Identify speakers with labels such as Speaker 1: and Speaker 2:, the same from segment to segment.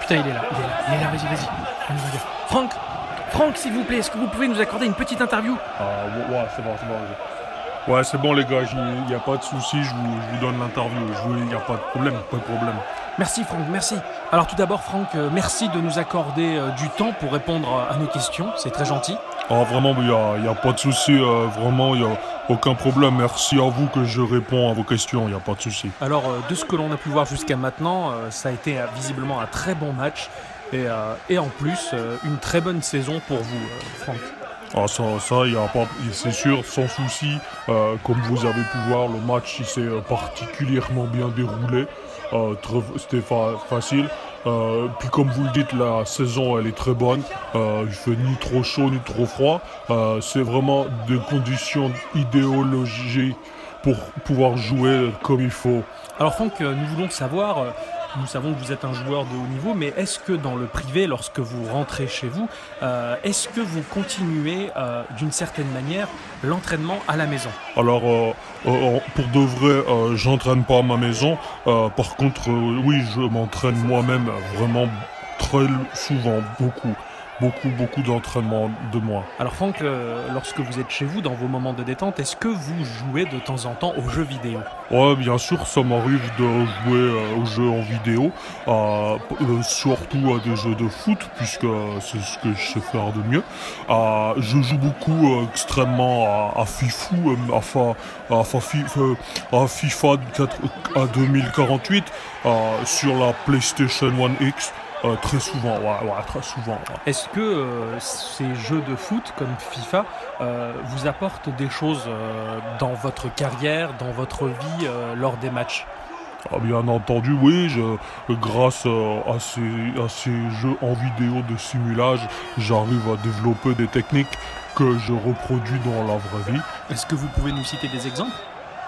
Speaker 1: Putain, il est là, il est là, il est là, vas-y, vas-y. On y va, gars. Franck Franck, s'il vous plaît, est-ce que vous pouvez nous accorder une petite interview
Speaker 2: Ah, ouais, ouais, c'est bon, c'est bon. je- Ouais, c'est bon, les gars, il n'y a pas de souci, je vous, je vous donne l'interview. Il n'y a pas de problème, pas de problème.
Speaker 1: Merci Franck, merci. Alors tout d'abord Franck, euh, merci de nous accorder euh, du temps pour répondre euh, à nos questions, c'est très gentil.
Speaker 2: Ah, vraiment, il n'y a, y a pas de souci, euh, vraiment, il n'y a aucun problème. Merci à vous que je réponds à vos questions, il n'y a pas de souci.
Speaker 1: Alors euh, de ce que l'on a pu voir jusqu'à maintenant, euh, ça a été euh, visiblement un très bon match et, euh, et en plus euh, une très bonne saison pour vous euh, Franck.
Speaker 2: Ah, ça, ça y a pas, c'est sûr, sans souci. Euh, comme vous avez pu voir, le match il s'est euh, particulièrement bien déroulé. Euh, très- C'était fa- facile. Euh, puis comme vous le dites, la saison elle est très bonne. Euh, il fait ni trop chaud ni trop froid. Euh, c'est vraiment des conditions idéologiques pour pouvoir jouer comme il faut.
Speaker 1: Alors Franck, euh, nous voulons savoir, euh, nous savons que vous êtes un joueur de haut niveau, mais est-ce que dans le privé, lorsque vous rentrez chez vous, euh, est-ce que vous continuez euh, d'une certaine manière l'entraînement à la maison
Speaker 2: Alors, euh, euh, pour de vrai, euh, j'entraîne pas à ma maison. Euh, par contre, euh, oui, je m'entraîne moi-même euh, vraiment très souvent, beaucoup, beaucoup, beaucoup d'entraînement de moi.
Speaker 1: Alors Franck, euh, lorsque vous êtes chez vous, dans vos moments de détente, est-ce que vous jouez de temps en temps aux jeux vidéo
Speaker 2: Ouais, bien sûr, ça m'arrive de jouer euh, aux jeux en vidéo, euh, p- euh, surtout à des jeux de foot, puisque euh, c'est ce que je sais faire de mieux. Euh, je joue beaucoup euh, extrêmement à, à Fifou, euh, à, fa- à fa- fi- euh, à FIFA quatre- à 2048, euh, sur la PlayStation 1 X, euh, très souvent, ouais, ouais, très souvent. ouais.
Speaker 1: Est-ce que euh, ces jeux de foot comme FIFA euh, vous apportent des choses euh, dans votre carrière, dans votre vie euh, lors des matchs
Speaker 2: Ah, bien entendu, oui, je, grâce euh, à, ces, à ces jeux en vidéo de simulage, j'arrive à développer des techniques que je reproduis dans la vraie vie.
Speaker 1: Est-ce que vous pouvez nous citer des exemples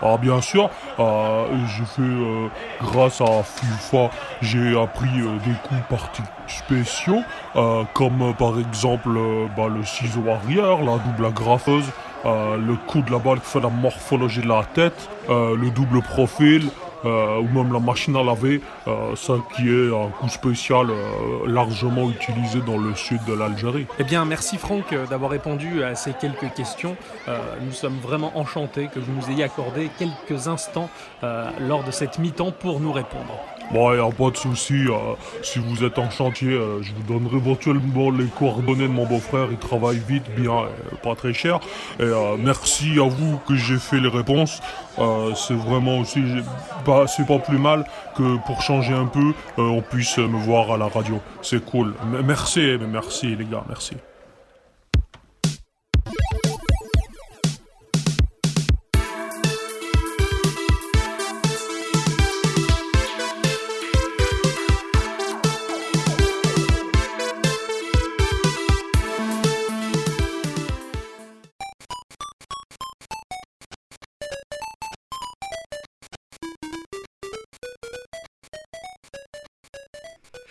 Speaker 2: Ah, bien sûr, euh, j'ai fait, euh, grâce à FIFA, j'ai appris euh, des coups parti- spéciaux, euh, comme euh, par exemple euh, bah, le ciseau arrière, la double agrafeuse, euh, le coup de la balle qui fait la morphologie de la tête, euh, le double profil, euh, ou même la machine à laver, euh, ça qui est un coup spécial euh, largement utilisé dans le sud de l'Algérie.
Speaker 1: Eh bien, merci Franck euh, d'avoir répondu à ces quelques questions. Euh, nous sommes vraiment enchantés que vous nous ayez accordé quelques instants euh, lors de cette mi-temps pour nous répondre.
Speaker 2: Bon, y a pas de souci. euh, si vous êtes en chantier, euh, je vous donnerai éventuellement les coordonnées de mon beau-frère. Il travaille vite, bien, euh, pas très cher. Et euh, merci à vous que j'ai fait les réponses. Euh, c'est vraiment aussi, j'ai- bah, c'est pas plus mal que pour changer un peu, euh, on puisse me voir à la radio. C'est cool. M- merci, merci les gars, merci.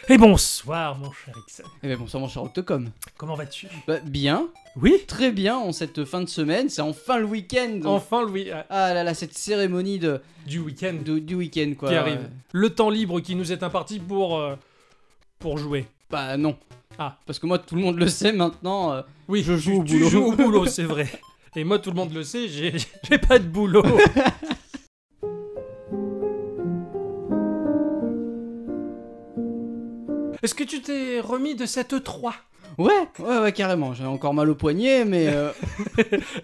Speaker 3: Et bonsoir, mon cher Ixon.
Speaker 4: Eh bien, bonsoir, mon cher Octocom.
Speaker 3: Comment vas-tu
Speaker 4: Bah, bien,
Speaker 3: Oui
Speaker 4: très bien en cette fin de semaine. C'est enfin le week-end.
Speaker 1: Enfin, Louis, euh,
Speaker 4: Ah là là, cette cérémonie de,
Speaker 3: Du week-end
Speaker 4: de- du week-end, quoi.
Speaker 3: qui arrive. Le temps libre qui nous est imparti pour. euh, pour jouer.
Speaker 4: Bah, non.
Speaker 3: Ah.
Speaker 4: Parce que moi, tout le monde le sait maintenant. euh,
Speaker 3: Oui,
Speaker 4: Je joue
Speaker 3: tu-
Speaker 4: au
Speaker 3: tu
Speaker 4: boulot.
Speaker 3: joues au boulot, c'est vrai. Et moi, tout le monde le sait, j'ai j'ai pas de boulot. Est-ce que tu t'es remis de cette E3
Speaker 4: Ouais, ouais, ouais, carrément. J'ai encore mal au poignet, mais. euh,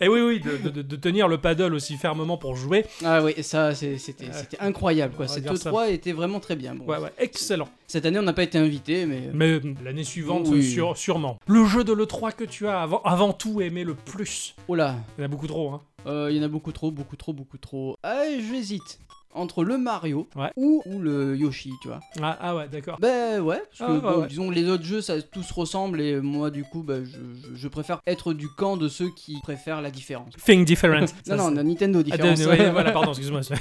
Speaker 3: Eh oui, oui, de, de- de tenir le paddle aussi fermement pour jouer.
Speaker 4: ah oui, ça, c'est- c'était
Speaker 3: Ouais.
Speaker 4: c'était incroyable, quoi.
Speaker 3: On va
Speaker 4: Cette
Speaker 3: dire ça.
Speaker 4: E3 était vraiment très bien. Bon,
Speaker 3: Ouais, ouais, excellent.
Speaker 4: Cette année, on n'a pas été invité, mais.
Speaker 3: Mais euh, l'année suivante,
Speaker 4: Oui.
Speaker 3: sûr- sûrement. Le jeu de l'E3 que tu as avant, avant tout aimé le plus.
Speaker 4: Oh là,
Speaker 3: Il y en a beaucoup trop, hein.
Speaker 4: euh, il y en a beaucoup trop, beaucoup trop, beaucoup trop. Ah, j'hésite. Entre le Mario
Speaker 3: Ouais.
Speaker 4: ou, ou le Yoshi, tu vois.
Speaker 3: Ah, ah ouais, d'accord.
Speaker 4: Ben ouais, parce
Speaker 3: Ah,
Speaker 4: que
Speaker 3: ouais,
Speaker 4: bon,
Speaker 3: ouais.
Speaker 4: disons les autres jeux ça tout se ressemble et moi du coup bah, je, je- je préfère être du camp de ceux qui préfèrent la différence.
Speaker 3: Thing different. Ça,
Speaker 4: Non non, on a Nintendo
Speaker 3: Ah,
Speaker 4: différence.
Speaker 3: de- ouais, voilà, pardon, excuse-moi. c'est-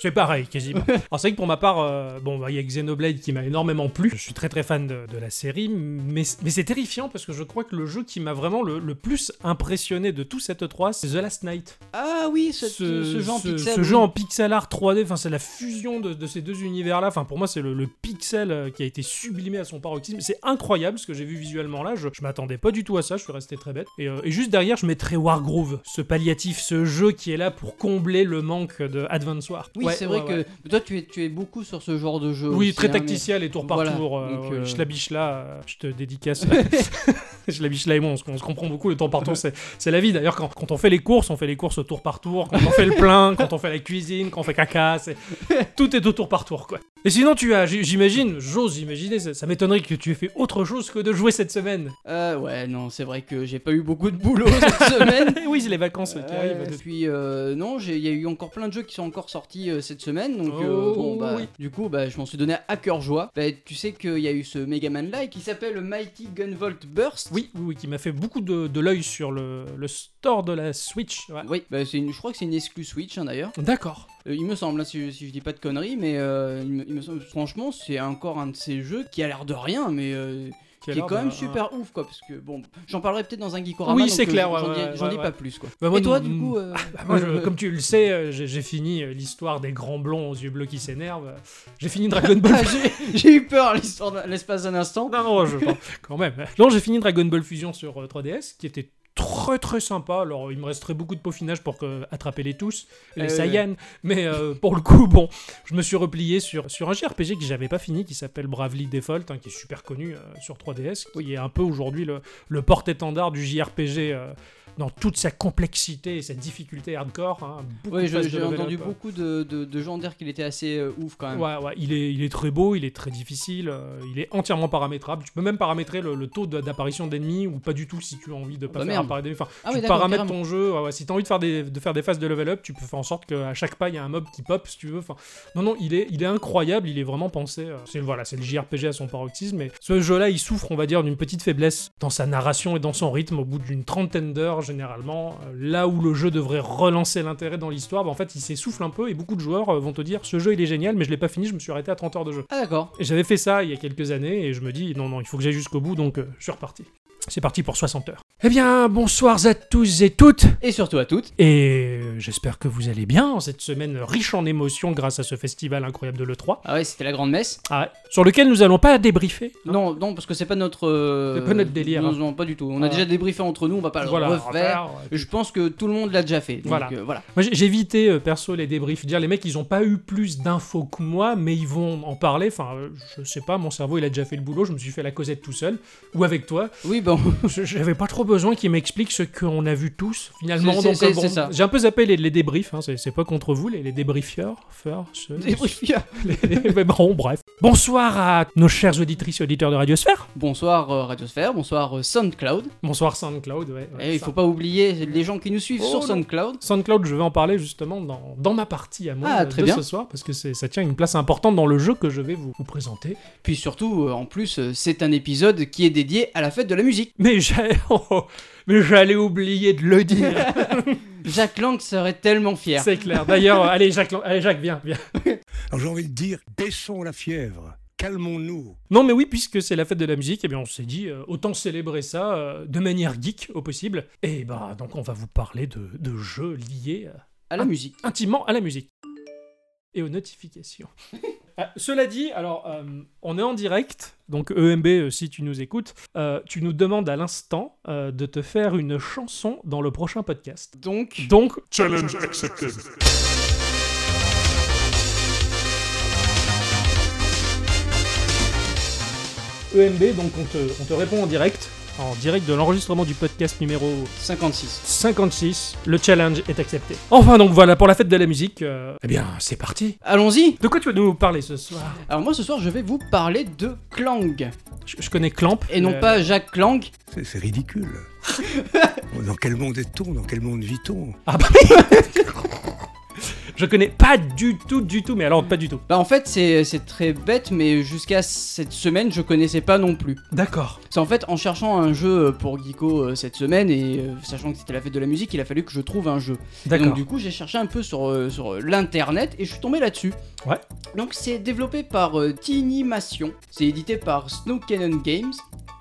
Speaker 3: C'est pareil, quasiment. Alors, c'est vrai que pour ma part, euh, bon, bah, il y a Xenoblade qui m'a énormément plu. Je suis très très fan de, de la série, mais, mais c'est terrifiant parce que je crois que le jeu qui m'a vraiment le, le plus impressionné de tout cette 3, c'est The Last Night.
Speaker 4: Ah oui, ce, ce jeu en pixel.
Speaker 3: ce
Speaker 4: oui.
Speaker 3: jeu en pixel art 3D, Enfin, c'est la fusion de, de ces deux univers-là. Enfin, pour moi, c'est le, le pixel euh, qui a été sublimé à son paroxysme. C'est incroyable ce que j'ai vu visuellement là. Je, je m'attendais pas du tout à ça. Je suis resté très bête. Et, euh, et juste derrière, je mettrais Wargroove, ce palliatif, ce jeu qui est là pour combler le manque de Advance War.
Speaker 4: Oui,
Speaker 3: Ouais,
Speaker 4: c'est vrai
Speaker 3: ouais, ouais.
Speaker 4: que toi, tu es, tu es beaucoup sur ce genre de jeu.
Speaker 3: Oui,
Speaker 4: aussi,
Speaker 3: très
Speaker 4: hein,
Speaker 3: tacticiel et tour par
Speaker 4: Voilà,
Speaker 3: tour. euh,
Speaker 4: donc,
Speaker 3: ouais,
Speaker 4: euh,
Speaker 3: Schla bichla, euh, je te dédicace.
Speaker 4: mais-
Speaker 3: Je la biche là et moi, on se, on se comprend beaucoup. Le tour par tour, c'est c'est la vie. D'ailleurs, quand, quand on fait les courses, on fait les courses au tour par tour. Quand on fait le plein, quand on fait la cuisine, quand on fait caca, c'est- tout est au tour par tour, quoi. Et sinon, tu as, j- j'imagine, j'ose imaginer, ça, ça m'étonnerait que tu aies fait autre chose que de jouer cette semaine.
Speaker 4: Euh, ouais, non, c'est vrai que j'ai pas eu beaucoup de boulot cette semaine.
Speaker 3: Eh oui, c'est les vacances qui
Speaker 4: Euh,
Speaker 3: arrivent.
Speaker 4: puis euh, non, j'ai- il y a eu encore plein de jeux qui sont encore sortis euh, cette semaine, donc euh,
Speaker 3: Oh,
Speaker 4: bon bah
Speaker 3: oui.
Speaker 4: du coup bah je m'en suis donné à cœur joie. Bah, tu sais qu'il y a eu ce Mega Man là qui s'appelle Mighty Gunvolt Burst.
Speaker 3: Oui, oui, oui, qui m'a fait beaucoup de, de l'œil sur le, le store de la Switch. ouais.
Speaker 4: Oui, bah, c'est une, je crois que c'est une exclus Switch hein, d'ailleurs.
Speaker 3: D'accord.
Speaker 4: Euh, il me semble, hein, si, si je dis pas de conneries, mais euh, il, me, il me semble, franchement, c'est encore un de ces jeux qui a l'air de rien, mais euh, qui est
Speaker 3: Alors,
Speaker 4: quand même
Speaker 3: bah,
Speaker 4: super ouf quoi. Parce que bon, j'en parlerai peut-être dans un Geekorama.
Speaker 3: Oui,
Speaker 4: donc,
Speaker 3: c'est
Speaker 4: euh,
Speaker 3: clair, ouais,
Speaker 4: J'en dis-
Speaker 3: ouais,
Speaker 4: j'en
Speaker 3: ouais,
Speaker 4: dis
Speaker 3: ouais.
Speaker 4: pas plus quoi.
Speaker 3: bah, moi,
Speaker 4: Et toi,
Speaker 3: non-
Speaker 4: du coup, euh,
Speaker 3: Bah, moi, je- comme tu le sais, euh, j'ai j'ai fini euh, l'histoire des grands blonds aux yeux bleus qui s'énervent. J'ai fini Dragon Ball
Speaker 4: Ah, j'ai- j'ai eu peur l'histoire d'un- l'espace d'un instant.
Speaker 3: Non, non, je- bon, quand même. Non, j'ai fini Dragon Ball Fusion sur euh, 3DS, qui était très très sympa. Alors, il me resterait beaucoup de peaufinage pour que- euh, attraper les tous, les
Speaker 4: Euh,
Speaker 3: Saiyans. Mais euh, pour le coup, bon, je me suis replié sur, sur un JRPG que j'avais pas fini, qui s'appelle Bravely Default, hein, qui est super connu euh, sur 3DS, qui est un peu aujourd'hui le, le porte-étendard du JRPG. euh, dans toute sa complexité et sa difficulté hardcore. hein. Beaucoup
Speaker 4: Oui,
Speaker 3: de phases de
Speaker 4: j'ai
Speaker 3: level
Speaker 4: entendu
Speaker 3: up, hein.
Speaker 4: beaucoup de, de, de gens dire qu'il était assez euh, ouf quand même.
Speaker 3: Ouais, ouais, il est, il est très beau, il est très difficile, euh, il est entièrement paramétrable. Tu peux même paramétrer le, le taux de- d'apparition d'ennemis ou pas du tout si tu as envie de pas
Speaker 4: bah
Speaker 3: faire
Speaker 4: merde.
Speaker 3: apparaître d'ennemis. Enfin,
Speaker 4: Ah
Speaker 3: tu
Speaker 4: oui, d'accord,
Speaker 3: paramètres
Speaker 4: carrément.
Speaker 3: ton jeu. ouais, ouais, Si tu as envie de faire, des, de faire des phases de level up, tu peux faire en sorte qu'à chaque pas, il y a un mob qui pop si tu veux. Enfin, non, non, il est, il est incroyable, il est vraiment pensé. euh, C'est voilà, c'est le JRPG à son paroxysme. Mais ce jeu-là, il souffre, on va dire, d'une petite faiblesse dans sa narration et dans son rythme au bout d'une trentaine d'heures généralement. euh, Là où le jeu devrait relancer l'intérêt dans l'histoire, bah, en fait, il s'essouffle un peu et beaucoup de joueurs euh, vont te dire ce jeu, il est génial, mais je l'ai pas fini, je me suis arrêté à 30 heures de jeu.
Speaker 4: Ah d'accord.
Speaker 3: Et J'avais fait ça il y a quelques années et je me dis non, non, il faut que j'aille jusqu'au bout, donc euh, je suis reparti. C'est parti pour 60 heures. Eh bien, bonsoir à tous et toutes
Speaker 4: Et surtout à toutes.
Speaker 3: et euh, j'espère que vous allez bien en cette semaine riche en émotions grâce à ce festival incroyable de l'E3,
Speaker 4: Ah ouais, c'était la grande messe.
Speaker 3: Ah, sur lequel nous allons pas débriefer. hein.
Speaker 4: Non, non, parce que c'est pas notre. euh,
Speaker 3: C'est pas notre délire,
Speaker 4: Non,
Speaker 3: hein.
Speaker 4: non, pas du tout. On a
Speaker 3: Ah.
Speaker 4: déjà débriefé entre nous, on va pas le
Speaker 3: Voilà,
Speaker 4: refaire.
Speaker 3: refaire, ouais.
Speaker 4: Je pense que tout le monde l'a déjà fait. Donc,
Speaker 3: Voilà.
Speaker 4: euh, voilà.
Speaker 3: Moi, j'ai- j'ai évité euh, perso les débriefs. Dire les mecs, ils ont pas eu plus d'infos que moi, mais ils vont en parler. Enfin, euh, je sais pas, mon cerveau il a déjà fait le boulot. Je me suis fait la causette tout seul ou avec toi.
Speaker 4: Oui, ben, bon.
Speaker 3: Je- J'avais pas trop besoin qu'ils m'expliquent ce qu'on a vu tous finalement.
Speaker 4: C'est-
Speaker 3: Donc,
Speaker 4: c'est-
Speaker 3: euh, bon,
Speaker 4: c'est ça.
Speaker 3: J'ai un peu zappé les, les débriefs. hein. C'est c'est pas contre vous, les, les débriefieurs. Faire, ce-
Speaker 4: Euh, Débriefeur.
Speaker 3: Mais bon, bref. Bonsoir à nos chères auditrices et auditeurs de Radiosphère.
Speaker 4: Bonsoir euh, Radiosphère, bonsoir euh, Soundcloud.
Speaker 3: Bonsoir SoundCloud. ouais, ouais,
Speaker 4: Et il
Speaker 3: ça.
Speaker 4: Eh faut pas oublier les gens qui nous suivent
Speaker 3: Oh,
Speaker 4: sur
Speaker 3: non.
Speaker 4: Soundcloud.
Speaker 3: SoundCloud, je vais en parler justement dans, dans ma partie à moi
Speaker 4: Ah,
Speaker 3: de-
Speaker 4: très
Speaker 3: de
Speaker 4: bien.
Speaker 3: ce soir, parce que c'est- ça tient une place importante dans le jeu que je vais vous, vous présenter.
Speaker 4: Puis surtout, euh, en plus, euh, c'est un épisode qui est dédié à la fête de la musique.
Speaker 3: Mais j'ai- oh, mais j'allais oublier de le dire.
Speaker 4: Jacques Lang serait tellement fier.
Speaker 3: c'est clair. D'ailleurs, euh, allez Jacques, allez Jacques, viens, viens.
Speaker 5: Alors j'ai envie de dire, baissons la fièvre, calmons-nous.
Speaker 3: Non, mais oui, puisque c'est la fête de la musique, eh bien, on s'est dit euh, autant célébrer ça euh, de manière geek au possible. Et bah, donc, on va vous parler de, de jeux liés euh,
Speaker 4: À la musique.
Speaker 3: intimement à la musique et aux notifications. Ah, cela dit, alors, euh, on est en direct, donc EMB, euh, si tu nous écoutes, euh, tu nous demandes à l'instant euh, de te faire une chanson dans le prochain podcast.
Speaker 4: Donc,
Speaker 3: Donc,
Speaker 2: Challenge accepted.
Speaker 3: EMB, E donc on te, on te répond en direct, en direct de l'enregistrement du podcast numéro
Speaker 4: 56.
Speaker 3: 56, le challenge est accepté. Enfin donc voilà, pour la fête de la musique, euh, eh bien c'est parti.
Speaker 4: Allons-y
Speaker 3: De quoi tu vas nous parler ce soir
Speaker 4: Alors moi ce soir je vais vous parler de Clang.
Speaker 3: je, je connais Clamp.
Speaker 4: Et non
Speaker 3: euh,
Speaker 4: pas Jacques Clang.
Speaker 5: C'est c'est ridicule. Dans quel monde est-on Dans quel monde vit-on
Speaker 3: Ah bah oui Je connais pas du tout, du tout, mais alors pas du tout.
Speaker 4: Bah en fait c'est c'est très bête mais jusqu'à cette semaine je connaissais pas non plus.
Speaker 3: D'accord.
Speaker 4: C'est en fait en cherchant un jeu pour Geeko euh, cette semaine et euh, sachant que c'était la fête de la musique il a fallu que je trouve un jeu. Et
Speaker 3: D'accord.
Speaker 4: donc du coup j'ai cherché un peu sur, euh, sur euh, l'internet et je suis tombé là-dessus.
Speaker 3: Ouais.
Speaker 4: Donc c'est développé par euh, Tinimation. C'est édité par Snow Cannon Games.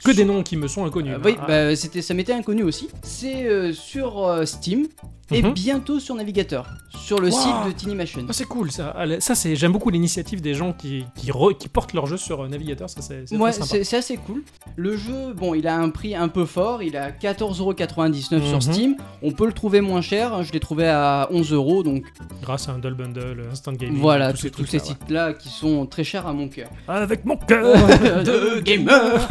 Speaker 3: Que des noms qui me sont inconnus.
Speaker 4: Euh, oui,
Speaker 3: Ah,
Speaker 4: bah, c'était, ça m'était inconnu aussi. C'est euh, sur euh, Steam. et
Speaker 3: Mhm.
Speaker 4: bientôt sur navigateur, sur le
Speaker 3: Wow.
Speaker 4: site de Tinimation.
Speaker 3: Ah, c'est cool ça. Allez, Ça c'est j'aime beaucoup l'initiative des gens qui qui, re- qui portent leur jeu sur euh, navigateur. Ça c'est c'est
Speaker 4: Ouais,
Speaker 3: très sympa.
Speaker 4: c'est c'est assez cool. Le jeu, bon, il a un prix un peu fort, il a 14,99€
Speaker 3: Mhm.
Speaker 4: sur Steam. On peut le trouver moins cher, je l'ai trouvé à 11€, donc
Speaker 3: Grâce à un Dull Bundle, euh, Instant Gaming,
Speaker 4: voilà,
Speaker 3: tous ces
Speaker 4: tous tous
Speaker 3: trucs
Speaker 4: ces sites-là qui sont très chers à mon cœur.
Speaker 3: Avec mon cœur
Speaker 4: de gamer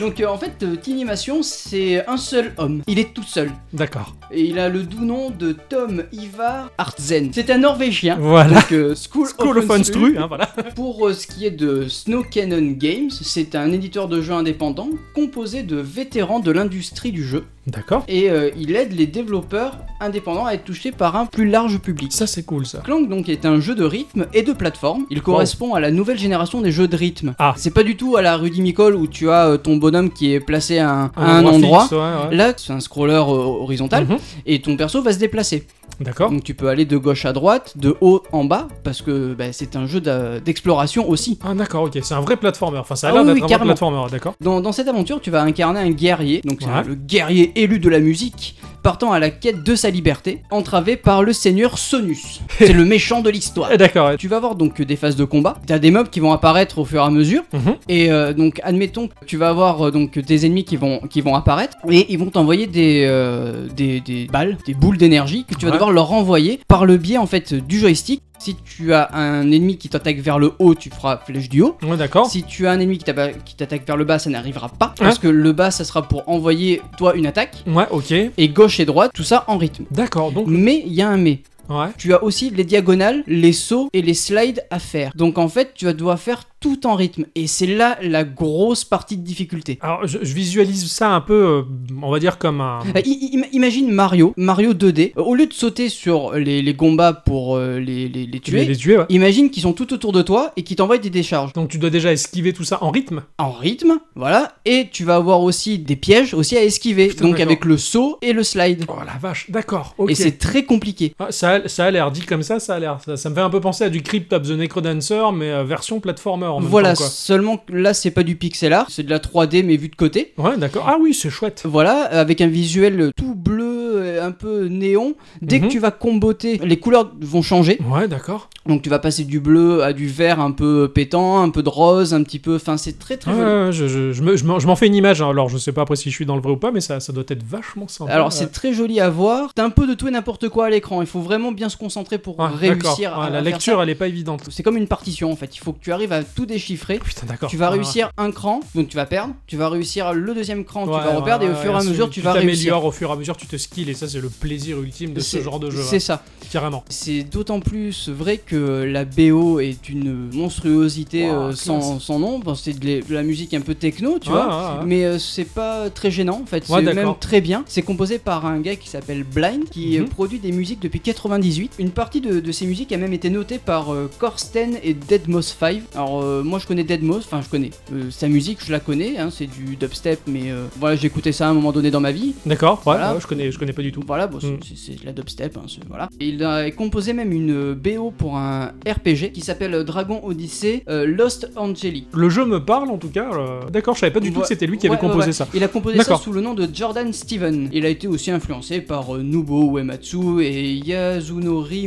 Speaker 4: Donc euh, en fait, euh, Tinimation, c'est un seul homme. Il est tout seul.
Speaker 3: D'accord.
Speaker 4: Et il a le doux nom de Tom Ivar Artzen. C'est un Norvégien.
Speaker 3: Voilà.
Speaker 4: Donc, euh, School,
Speaker 3: School of
Speaker 4: Unstru.
Speaker 3: Unstru, hein, voilà.
Speaker 4: Pour euh, ce qui est de Snow Cannon Games, c'est un éditeur de jeux indépendant composé de vétérans de l'industrie du jeu.
Speaker 3: D'accord.
Speaker 4: Et euh, il aide les développeurs indépendants à être touchés par un plus large public.
Speaker 3: Ça c'est cool ça.
Speaker 4: Clank donc est un jeu de rythme et de plateforme. Il correspond à la nouvelle génération des jeux de rythme.
Speaker 3: Ah.
Speaker 4: C'est pas du tout à la Rudy Micole où tu as euh, ton bonhomme qui est placé à un, à un endroit.
Speaker 3: endroit fixe, ouais, ouais.
Speaker 4: Là, c'est un scroller euh, horizontal
Speaker 3: Mhm.
Speaker 4: et ton perso va se déplacer.
Speaker 3: D'accord.
Speaker 4: Donc tu peux aller de gauche à droite, de haut en bas, parce que bah, c'est un jeu d'a- d'exploration aussi.
Speaker 3: Ah d'accord, ok, c'est un vrai platformer. Enfin, ça a
Speaker 4: Ah
Speaker 3: l'air
Speaker 4: oui,
Speaker 3: d'être
Speaker 4: oui,
Speaker 3: un vrai
Speaker 4: carrément.
Speaker 3: platformer, d'accord.
Speaker 4: Dans, dans cette aventure, tu vas incarner un guerrier, donc c'est
Speaker 3: Ouais.
Speaker 4: le guerrier élu de la musique, partant à la quête de sa liberté, entravé par le seigneur Sonus. c'est le méchant de l'histoire.
Speaker 3: Eh, d'accord. eh.
Speaker 4: Tu vas avoir donc des phases de combat, t'as des mobs qui vont apparaître au fur et à mesure,
Speaker 3: Mhm.
Speaker 4: et euh, donc admettons que tu vas avoir euh, donc des ennemis qui vont, qui vont apparaître, et ils vont t'envoyer des, euh, des, des balles, des boules d'énergie que tu
Speaker 3: Ouais.
Speaker 4: vas devoir leur renvoyer par le biais en fait du joystick. Si tu as un ennemi qui t'attaque vers le haut, tu feras flèche du haut.
Speaker 3: Ouais, d'accord.
Speaker 4: Si tu as un ennemi qui t'aba- qui t'attaque vers le bas, ça n'arrivera
Speaker 3: Hein.
Speaker 4: pas, parce que le bas, ça sera pour envoyer toi une attaque,
Speaker 3: Ouais, ok.
Speaker 4: et gauche et droite, tout ça en rythme.
Speaker 3: D'accord, donc.
Speaker 4: Mais il y a un mais.
Speaker 3: Ouais.
Speaker 4: Tu as aussi les diagonales, les sauts et les slides à faire. Donc en fait, tu vas devoir faire tout en rythme. Et c'est là la grosse partie de difficulté.
Speaker 3: Alors, je, je visualise ça un peu, euh, on va dire, comme un.
Speaker 4: Euh, i- i- Imagine Mario, Mario 2D. Euh, Au lieu de sauter sur les, les combats pour euh, les, les- les tuer,
Speaker 3: les tuer, ouais.
Speaker 4: imagine qu'ils sont tout autour de toi et qu'ils t'envoient des décharges.
Speaker 3: Donc, tu dois déjà esquiver tout ça en rythme.
Speaker 4: En rythme, voilà. Et tu vas avoir aussi des pièges aussi à esquiver.
Speaker 3: Putain,
Speaker 4: donc
Speaker 3: d'accord.
Speaker 4: avec le saut et le slide.
Speaker 3: Oh la vache, d'accord, ok.
Speaker 4: Et c'est très compliqué.
Speaker 3: Ah, ça, a- ça a l'air, dit comme ça, ça a l'air. Ça, ça me fait un peu penser à du Crypt of the Necrodancer, mais euh, version platformer en même
Speaker 4: Voilà,
Speaker 3: temps,
Speaker 4: seulement que là c'est pas du pixel art, c'est de la 3D mais vue de côté.
Speaker 3: quoi. Ouais, d'accord. Ah oui, c'est chouette.
Speaker 4: Voilà, euh, avec un visuel tout bleu, euh, un peu néon. Dès
Speaker 3: Mhm.
Speaker 4: que tu vas comboter, les couleurs vont changer.
Speaker 3: Ouais, d'accord.
Speaker 4: Donc tu vas passer du bleu à du vert un peu pétant, un peu de rose, un petit peu. Enfin, c'est très très
Speaker 3: Ouais,
Speaker 4: joli.
Speaker 3: ouais, je, je- je me- je m'en je m'en fais une image, hein. alors je sais pas après si je suis dans le vrai ou pas, mais ça, ça doit être vachement sympa.
Speaker 4: Alors
Speaker 3: euh.
Speaker 4: c'est très joli à voir. T'as un peu de tout et n'importe quoi à l'écran. Il faut vraiment bien se concentrer pour
Speaker 3: Ouais, d'accord.
Speaker 4: réussir à
Speaker 3: Ouais, la
Speaker 4: à faire
Speaker 3: lecture,
Speaker 4: ça.
Speaker 3: elle est pas évidente. Oh,
Speaker 4: C'est comme une partition en fait. Il faut que tu arrives à tout déchiffrer.
Speaker 3: Putain, d'accord.
Speaker 4: Tu vas
Speaker 3: Ouais, ouais.
Speaker 4: réussir un cran, donc tu vas perdre. Tu vas réussir le deuxième cran, tu
Speaker 3: Ouais,
Speaker 4: vas
Speaker 3: ouais,
Speaker 4: reperdre. et au
Speaker 3: ouais,
Speaker 4: fur et à
Speaker 3: ensuite,
Speaker 4: mesure, tu, vas réussir.
Speaker 3: t'améliores, au fur et à mesure, tu te skills, et ça, c'est le plaisir ultime de ce
Speaker 4: C'est-
Speaker 3: genre de jeu.
Speaker 4: C'est
Speaker 3: hein.
Speaker 4: ça.
Speaker 3: Carrément.
Speaker 4: C'est d'autant plus vrai que la BO est une monstruosité
Speaker 3: Wow,
Speaker 4: euh, sans,
Speaker 3: classe.
Speaker 4: sans nom. Bon, c'est de, les- de la musique un peu techno, tu
Speaker 3: Ouais,
Speaker 4: vois.
Speaker 3: ouais, ouais.
Speaker 4: Mais euh, c'est pas très gênant en fait, c'est
Speaker 3: Ouais, d'accord.
Speaker 4: même très bien. C'est composé par un gars qui s'appelle Blind qui
Speaker 3: Mhm.
Speaker 4: euh, produit des musiques depuis 98. Une partie de, de ces musiques a même été notée par euh, Corsten et Deadmos 5. Alors euh, moi je connais Deadmos, enfin je connais Euh, sa musique, je la connais, hein, c'est du dubstep, mais euh, voilà, j'écoutais ça à un moment donné dans ma vie.
Speaker 3: D'accord, ouais,
Speaker 4: Voilà.
Speaker 3: ouais, je, connais, je connais pas du tout.
Speaker 4: Voilà, bon, c'est-
Speaker 3: Mm.
Speaker 4: c'est c'est de la dubstep, hein, c'est- voilà. Et il a composé même une BO pour un RPG qui s'appelle Dragon Odyssey euh, Lost Angelic.
Speaker 3: Le jeu me parle en tout cas. euh, D'accord, je savais pas du tout
Speaker 4: Ouais,
Speaker 3: que c'était lui qui avait
Speaker 4: ouais, ouais,
Speaker 3: composé
Speaker 4: ouais.
Speaker 3: ça.
Speaker 4: Il a composé ça
Speaker 3: D'accord.
Speaker 4: sous le nom de Jordan Steven. Il a été aussi influencé par euh, Nubo Uematsu et Yasunori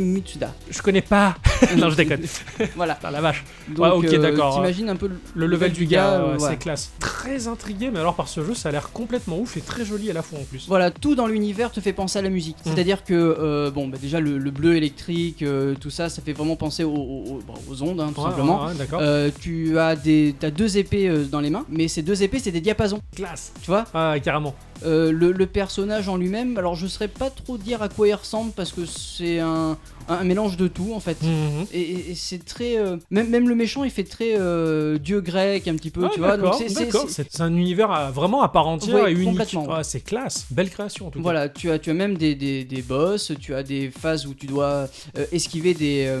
Speaker 4: Mitsuda.
Speaker 3: Je connais pas. non, je déconne.
Speaker 4: voilà.
Speaker 3: Putain, la vache.
Speaker 4: Donc, euh,
Speaker 3: Ouais, ok, d'accord.
Speaker 4: T'imagines un peu le,
Speaker 3: Le level du gars,
Speaker 4: euh,
Speaker 3: ouais,
Speaker 4: ouais.
Speaker 3: c'est classe. Très intrigué, mais alors par ce jeu, ça a l'air complètement ouf et très joli à la fois en plus.
Speaker 4: Voilà, tout dans l'univers te fait penser à la musique.
Speaker 3: Mm.
Speaker 4: C'est-à-dire que, euh, bon, bah, déjà le, le bleu électrique, euh, tout ça, ça fait vraiment penser aux, aux- aux- bah, aux ondes, hein, tout
Speaker 3: Ouais,
Speaker 4: simplement.
Speaker 3: ouais, ouais, D'accord.
Speaker 4: Euh, tu as des t'as deux épées euh, dans les mains, mais ces deux épées c'est des diapasons,
Speaker 3: Classe.
Speaker 4: tu vois.
Speaker 3: Ah, carrément.
Speaker 4: Euh, le, le personnage en lui-même, alors je saurais pas trop dire à quoi il ressemble parce que c'est un, un mélange de tout en fait.
Speaker 3: Mhm.
Speaker 4: Et, et- et c'est très euh, même même le méchant il fait très euh, dieu grec un petit peu,
Speaker 3: Ah,
Speaker 4: tu vois. Donc
Speaker 3: d'accord,
Speaker 4: c'est- c'est-
Speaker 3: d'accord.
Speaker 4: c'est-
Speaker 3: C'est c'est un univers à- vraiment à part entière
Speaker 4: Oui,
Speaker 3: et unique.
Speaker 4: complètement, ouais.
Speaker 3: Ah, c'est classe. Belle création en tout cas.
Speaker 4: Voilà, tu as, tu as même des, des, des boss, tu as des phases où tu dois euh, esquiver des, euh,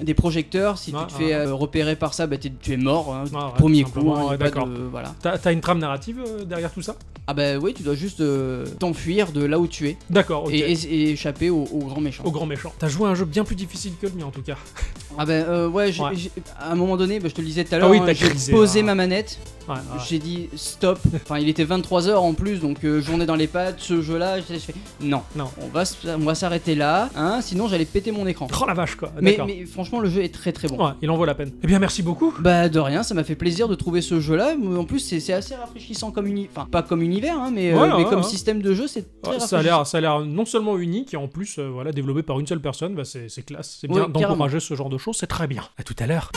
Speaker 4: des projecteurs. Si
Speaker 3: Ouais,
Speaker 4: tu te
Speaker 3: ouais.
Speaker 4: fais euh, repérer par ça, bah, t'es- tu es mort. hein,
Speaker 3: Ah, ouais,
Speaker 4: premier
Speaker 3: tout
Speaker 4: coup,
Speaker 3: simplement,
Speaker 4: hein, y a
Speaker 3: ouais,
Speaker 4: pas
Speaker 3: d'accord.
Speaker 4: de- voilà.
Speaker 3: T'as t'as une trame narrative euh, derrière tout ça
Speaker 4: Ah bah oui, tu dois juste euh, t'enfuir de là où tu es
Speaker 3: D'accord, ok.
Speaker 4: et, et- et échapper au, au grand méchant.
Speaker 3: Au grand méchant. T'as joué à un jeu bien plus difficile que le mien en tout cas.
Speaker 4: Ah bah euh, ouais, j'ai-
Speaker 3: Ouais.
Speaker 4: j'ai- à un moment donné, bah, je te le disais tout à
Speaker 3: Ah
Speaker 4: l'heure,
Speaker 3: oui,
Speaker 4: hein,
Speaker 3: t'as
Speaker 4: j'ai
Speaker 3: crisé,
Speaker 4: posé
Speaker 3: hein.
Speaker 4: ma manette,
Speaker 3: Ouais, ouais.
Speaker 4: J'ai dit stop. Enfin, il était 23h en plus, donc euh, journée dans les pattes, ce jeu-là, je, je fais non.
Speaker 3: Non.
Speaker 4: On va, s- on va s'arrêter là, hein, sinon j'allais péter mon écran.
Speaker 3: Oh la vache quoi.
Speaker 4: Mais,
Speaker 3: D'accord.
Speaker 4: mais franchement, le jeu est très très bon.
Speaker 3: Ouais, il en vaut la peine. Eh bien merci beaucoup.
Speaker 4: Bah de rien, ça m'a fait plaisir de trouver ce jeu-là. mais En plus, c'est c'est assez rafraîchissant comme univers, enfin pas comme univers, hein, mais, euh,
Speaker 3: Ouais,
Speaker 4: mais
Speaker 3: ouais,
Speaker 4: comme
Speaker 3: ouais.
Speaker 4: système de jeu, c'est très
Speaker 3: Ouais, ça a
Speaker 4: rafraîchissant.
Speaker 3: l'air, ça a l'air non seulement unique et en plus euh, voilà développé par une seule personne, bah, c'est c'est classe. C'est
Speaker 4: Ouais,
Speaker 3: bien
Speaker 4: carrément.
Speaker 3: d'encourager ce genre de choses, c'est très bien. À tout à l'heure.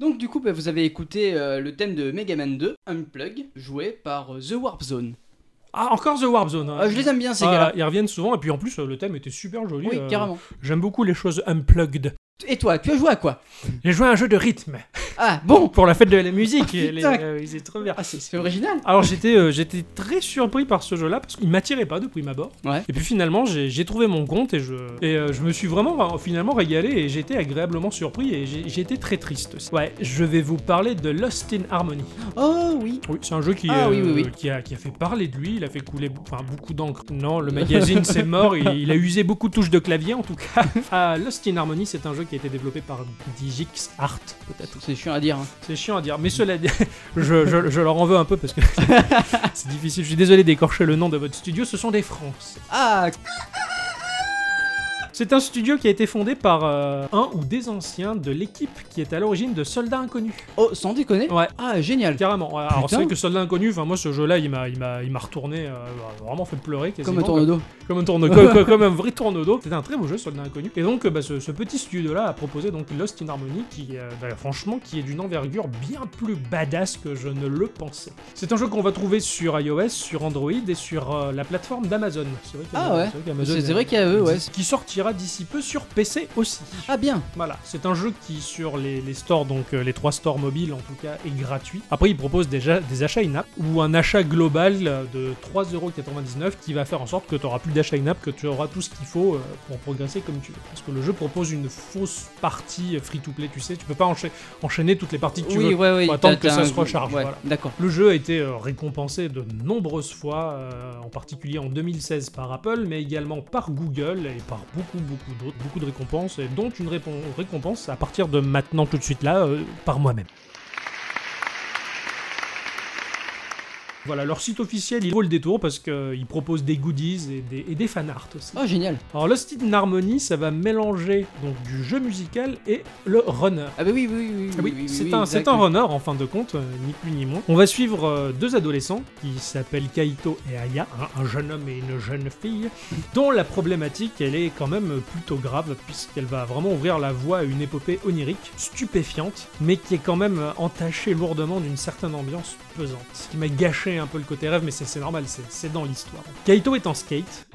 Speaker 4: Donc du coup, bah, vous avez écouté euh, le thème de Mega Man 2, Unplug, joué par euh, The Warp Zone.
Speaker 3: Ah encore The Warp Zone. hein.
Speaker 4: Ah, je les aime bien ces
Speaker 3: Ah,
Speaker 4: gars-là.
Speaker 3: ils reviennent souvent et puis en plus euh, le thème était super joli.
Speaker 4: Oui,
Speaker 3: euh,
Speaker 4: carrément.
Speaker 3: J'aime beaucoup les choses unplugged.
Speaker 4: Et toi, tu as joué à quoi
Speaker 3: J'ai joué à un jeu de rythme
Speaker 4: Ah bon
Speaker 3: pour la fête de la musique. et les-
Speaker 4: Putain.
Speaker 3: euh, c'est trop bien.
Speaker 4: Ah c'est c'est original.
Speaker 3: Alors j'étais euh, j'étais très surpris par ce jeu-là parce qu'il m'attirait pas depuis ma bord.
Speaker 4: Ouais.
Speaker 3: Et puis finalement j'ai j'ai trouvé mon compte et je et euh, je me suis vraiment euh, finalement régalé et j'étais agréablement surpris et j'ai j'ai été très triste. aussi. Ouais, je vais vous parler de Lost in Harmony.
Speaker 4: Oh oui.
Speaker 3: Oui, c'est un jeu qui
Speaker 4: Ah,
Speaker 3: euh,
Speaker 4: oui, oui, oui.
Speaker 3: qui a qui a fait parler de lui, il a fait couler bou- enfin, beaucoup d'encre. Non, le magazine c'est mort, il, il a usé beaucoup de touches de clavier en tout cas. Ah, Lost in Harmony, c'est un jeu qui a été développé par Digix Art peut-être.
Speaker 4: C'est chiant à dire. hein.
Speaker 3: C'est chiant à dire, mais cela dit, je, je- je leur en veux un peu parce que c'est difficile. Je suis désolé d'écorcher le nom de votre studio, ce sont des Français.
Speaker 4: Ah
Speaker 3: C'est un studio qui a été fondé par euh, un ou des anciens de l'équipe qui est à l'origine de Soldats Inconnus.
Speaker 4: oh, sans déconner.
Speaker 3: Ouais.
Speaker 4: Ah génial.
Speaker 3: Carrément. Ouais, Alors c'est vrai
Speaker 4: Putain.
Speaker 3: que Soldats Inconnus, enfin moi ce jeu-là, il m'a, il m'a, il m'a retourné, euh, vraiment fait pleurer quasiment.
Speaker 4: Comme un tornado.
Speaker 3: Comme un tourne- comme- comme- comme un vrai tourneau C'était un très beau jeu, Soldat Inconnu. Et donc, euh, bah, ce, ce petit studio-là a proposé donc Lost in Harmony, qui, euh, bah, franchement, qui est d'une envergure bien plus badass que je ne le pensais. C'est un jeu qu'on va trouver sur iOS, sur Android et sur euh, la plateforme d'Amazon. C'est vrai
Speaker 4: Ah ouais.
Speaker 3: qu'Amazon. euh,
Speaker 4: C'est c'est vrai qu'il y a eux, ouais.
Speaker 3: Qui sortira d'ici peu sur PC aussi.
Speaker 4: Ah bien.
Speaker 3: Voilà, c'est un jeu qui sur les, les stores, donc euh, les trois stores mobiles en tout cas, est gratuit. Après, il propose déjà des achats in-app ou un achat global euh, de 3,99€ qui va faire en sorte que tu auras plus d'achats in-app, que tu auras tout ce qu'il faut euh, pour progresser comme tu veux. Parce que le jeu propose une fausse partie euh, free-to-play, tu sais, tu peux pas encha- enchaîner toutes les parties que tu
Speaker 4: oui,
Speaker 3: veux.
Speaker 4: ouais, ouais.
Speaker 3: Faut attendre
Speaker 4: t'as-
Speaker 3: que
Speaker 4: t'as
Speaker 3: ça
Speaker 4: un-
Speaker 3: se recharge,
Speaker 4: Ouais,
Speaker 3: voilà.
Speaker 4: D'accord.
Speaker 3: Le jeu a été euh, récompensé de nombreuses fois, euh, en particulier en 2016 par Apple, mais également par Google et par beaucoup, beaucoup d'autres, beaucoup de récompenses, et dont une répon- récompense à partir de maintenant, tout de suite là, euh, par moi-même. Voilà, leur site officiel, il vaut le détour parce qu'ils proposent des goodies et des, et des fanarts aussi.
Speaker 4: Oh génial.
Speaker 3: Alors, Lost in Harmony, ça va mélanger donc du jeu musical et le runner.
Speaker 4: Ah bah oui, oui, oui. oui,
Speaker 3: Ah Oui,
Speaker 4: oui, oui,
Speaker 3: c'est
Speaker 4: oui,
Speaker 3: un,
Speaker 4: exact,
Speaker 3: c'est un
Speaker 4: oui.
Speaker 3: runner en fin de compte, euh, ni plus ni moins. On va suivre euh, deux adolescents qui s'appellent Kaito et Aya, hein, un, un jeune homme et une jeune fille, dont la problématique elle est quand même plutôt grave puisqu'elle va vraiment ouvrir la voie à une épopée onirique, stupéfiante, mais qui est quand même euh, entachée lourdement d'une certaine ambiance pesante. Ce Qui m'a gâché un peu le côté rêve, mais c'est c'est normal, c'est- c'est dans l'histoire. Kaito est en skate,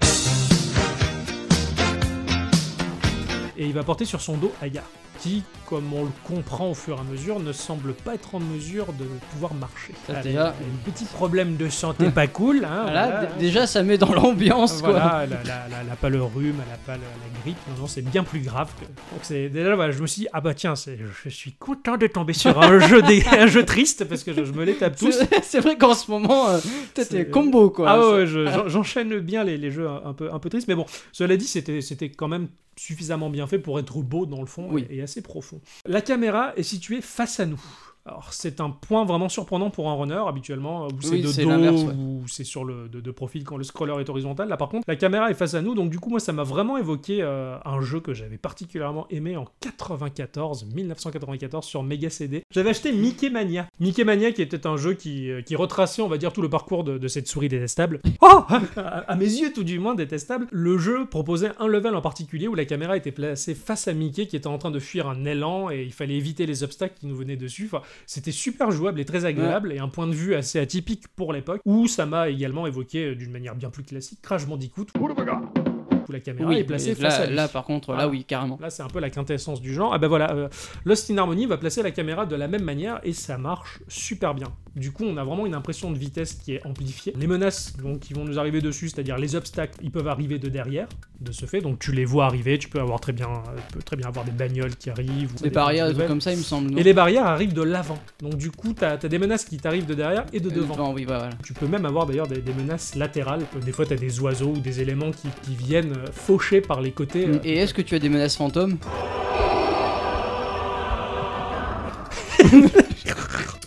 Speaker 3: et il va porter sur son dos Aya. qui, comme on le comprend au fur et à mesure, ne semble pas être en mesure de pouvoir marcher.
Speaker 4: Ça,
Speaker 3: Elle a-
Speaker 4: déjà-
Speaker 3: un petit problème de santé pas cool. hein,
Speaker 4: Voilà,
Speaker 3: voilà,
Speaker 4: d-
Speaker 3: hein.
Speaker 4: déjà ça met dans l'ambiance quoi.
Speaker 3: Voilà, elle a- elle a- elle n'a pas le rhume, elle n'a pas le- la grippe. Non, non, c'est bien plus grave. que- Donc c'est déjà là, voilà, je me suis dit, ah bah tiens, c'est- je suis content de tomber sur un jeu, des- un jeu triste parce que je, je me les tape tous.
Speaker 4: C'est c'est vrai qu'en ce moment, euh, t'es- t'es
Speaker 3: C'est-
Speaker 4: combo quoi.
Speaker 3: Ah ouais, je- j'en- j'enchaîne bien les, les jeux un, un peu, un peu tristes, mais bon, cela dit, c'était c'était quand même suffisamment bien fait pour être beau dans le fond
Speaker 4: Oui.
Speaker 3: et, et assez profond. La caméra est située face à nous. Alors c'est un point vraiment surprenant pour un runner habituellement où c'est
Speaker 4: Oui, c'est
Speaker 3: de
Speaker 4: l'inverse,
Speaker 3: dos
Speaker 4: ouais.
Speaker 3: ou c'est sur le de, de profil quand le scroller est horizontal. Là par contre la caméra est face à nous donc du coup moi ça m'a vraiment évoqué euh, un jeu que j'avais particulièrement aimé en 94 1994 sur Mega CD. J'avais acheté Mickey Mania. Mickey Mania qui était un jeu qui euh, qui retraçait on va dire tout le parcours de, de cette souris détestable. Oh à, à mes yeux tout du moins détestable, le jeu proposait un level en particulier où la caméra était placée face à Mickey qui était en train de fuir un élan et il fallait éviter les obstacles qui nous venaient dessus. Enfin, c'était super jouable et très agréable et un point de vue assez atypique pour l'époque où ça m'a également évoqué euh, d'une manière bien plus classique Crash Bandicoot où la caméra
Speaker 4: Oui,
Speaker 3: est placée
Speaker 4: mais là,
Speaker 3: face à lui.
Speaker 4: là par contre, là
Speaker 3: Voilà.
Speaker 4: oui, carrément.
Speaker 3: Là, c'est un peu la quintessence du genre. Ah ben voilà, euh, Lost in Harmony va placer la caméra de la même manière et ça marche super bien. Du coup, on a vraiment une impression de vitesse qui est amplifiée. Les menaces donc, qui vont nous arriver dessus, c'est-à-dire les obstacles, ils peuvent arriver de derrière, de ce fait. Donc tu les vois arriver, tu peux avoir très bien, euh, tu peux très bien avoir des bagnoles qui arrivent. ou
Speaker 4: Des barrières,
Speaker 3: des
Speaker 4: des trucs
Speaker 3: nouvelles.
Speaker 4: comme ça, il me semble. non
Speaker 3: Et les barrières arrivent de l'avant. Donc du coup, t'as as des menaces qui t'arrivent de derrière et de
Speaker 4: Euh,
Speaker 3: devant.
Speaker 4: oui, bah, voilà.
Speaker 3: Tu peux même avoir d'ailleurs des, des menaces latérales. Des fois, t'as des oiseaux ou des éléments qui, qui viennent euh, faucher par les côtés. euh,
Speaker 4: Et est-ce que tu as des menaces fantômes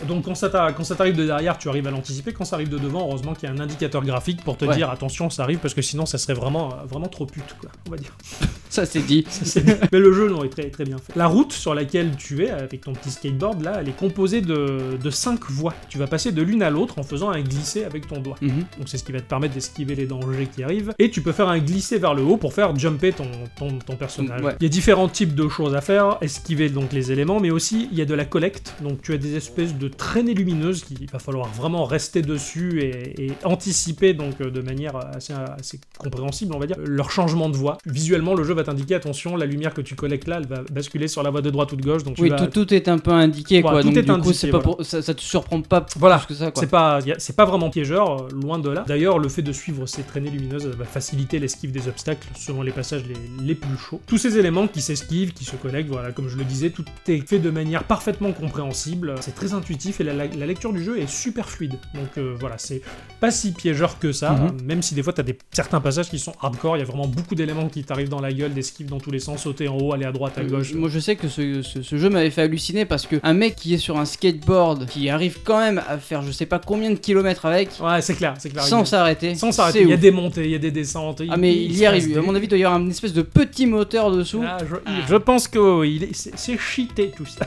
Speaker 3: Donc quand ça t'a- quand ça t'arrive de derrière, tu arrives à l'anticiper. Quand ça arrive de devant, heureusement qu'il y a un indicateur graphique pour te
Speaker 4: Ouais.
Speaker 3: dire attention, ça arrive parce que sinon ça serait vraiment, euh, vraiment trop pute, quoi, on va dire.
Speaker 4: Ça c'est dit.
Speaker 3: Ça, c'est- Mais le jeu non, est très, très bien fait. La route sur laquelle tu es avec ton petit skateboard là, elle est composée de, de cinq voies. Tu vas passer de l'une à l'autre en faisant un glisser avec ton doigt.
Speaker 4: Mhm.
Speaker 3: Donc c'est ce qui va te permettre d'esquiver les dangers qui arrivent. Et tu peux faire un glisser vers le haut pour faire jumper ton, ton, ton personnage.
Speaker 4: Ouais.
Speaker 3: Il y a différents types de choses à faire, esquiver donc les éléments, mais aussi il y a de la collecte. Donc tu as des espèces de traînées lumineuses qu'il va falloir vraiment rester dessus et, et anticiper donc euh, de manière assez, assez compréhensible, on va dire, leur changement de voie. Visuellement, le jeu va t'indiquer attention, la lumière que tu collectes là, elle va basculer sur la voie de droite ou de gauche. Donc tu
Speaker 4: Oui,
Speaker 3: vas-
Speaker 4: tout, tout est un peu indiqué
Speaker 3: Voilà,
Speaker 4: quoi.
Speaker 3: tout
Speaker 4: Donc
Speaker 3: est
Speaker 4: du coup,
Speaker 3: indiqué,
Speaker 4: c'est pas
Speaker 3: voilà.
Speaker 4: pour- ça, ça te surprend pas
Speaker 3: Voilà.
Speaker 4: plus que ça quoi.
Speaker 3: C'est pas, y a- c'est pas vraiment piégeur, euh, loin de là. D'ailleurs, le fait de suivre ces traînées lumineuses euh, va faciliter l'esquive des obstacles selon les passages les, les plus chauds. Tous ces éléments qui s'esquivent, qui se connectent, voilà, comme je le disais, tout est fait de manière parfaitement compréhensible. C'est très intuitif et la, la- la lecture du jeu est super fluide. Donc euh, voilà, c'est pas si piégeur que ça,
Speaker 4: Mhm.
Speaker 3: hein, même si des fois t'as des, certains passages qui sont hardcore. Il y a vraiment beaucoup d'éléments qui t'arrivent dans la gueule, d'esquives dans tous les sens, sauter en haut, aller à droite, à
Speaker 4: Euh,
Speaker 3: gauche.
Speaker 4: Moi je sais que ce, ce- ce jeu m'avait fait halluciner parce que un mec qui est sur un skateboard, qui arrive quand même à faire je sais pas combien de kilomètres avec,
Speaker 3: Ouais, c'est clair, c'est clair.
Speaker 4: sans
Speaker 3: Oh, Il-
Speaker 4: s'arrêter.
Speaker 3: sans s'arrêter.
Speaker 4: c'est
Speaker 3: Il y a
Speaker 4: ouf.
Speaker 3: des montées, il y a des descentes.
Speaker 4: Ah mais il
Speaker 3: se
Speaker 4: y
Speaker 3: passe
Speaker 4: arrive.
Speaker 3: des-
Speaker 4: À mon avis, il doit y avoir une espèce de petit moteur dessous.
Speaker 3: Ah, je,
Speaker 4: euh,
Speaker 3: je pense que il est- c'est c'est cheaté tout ça.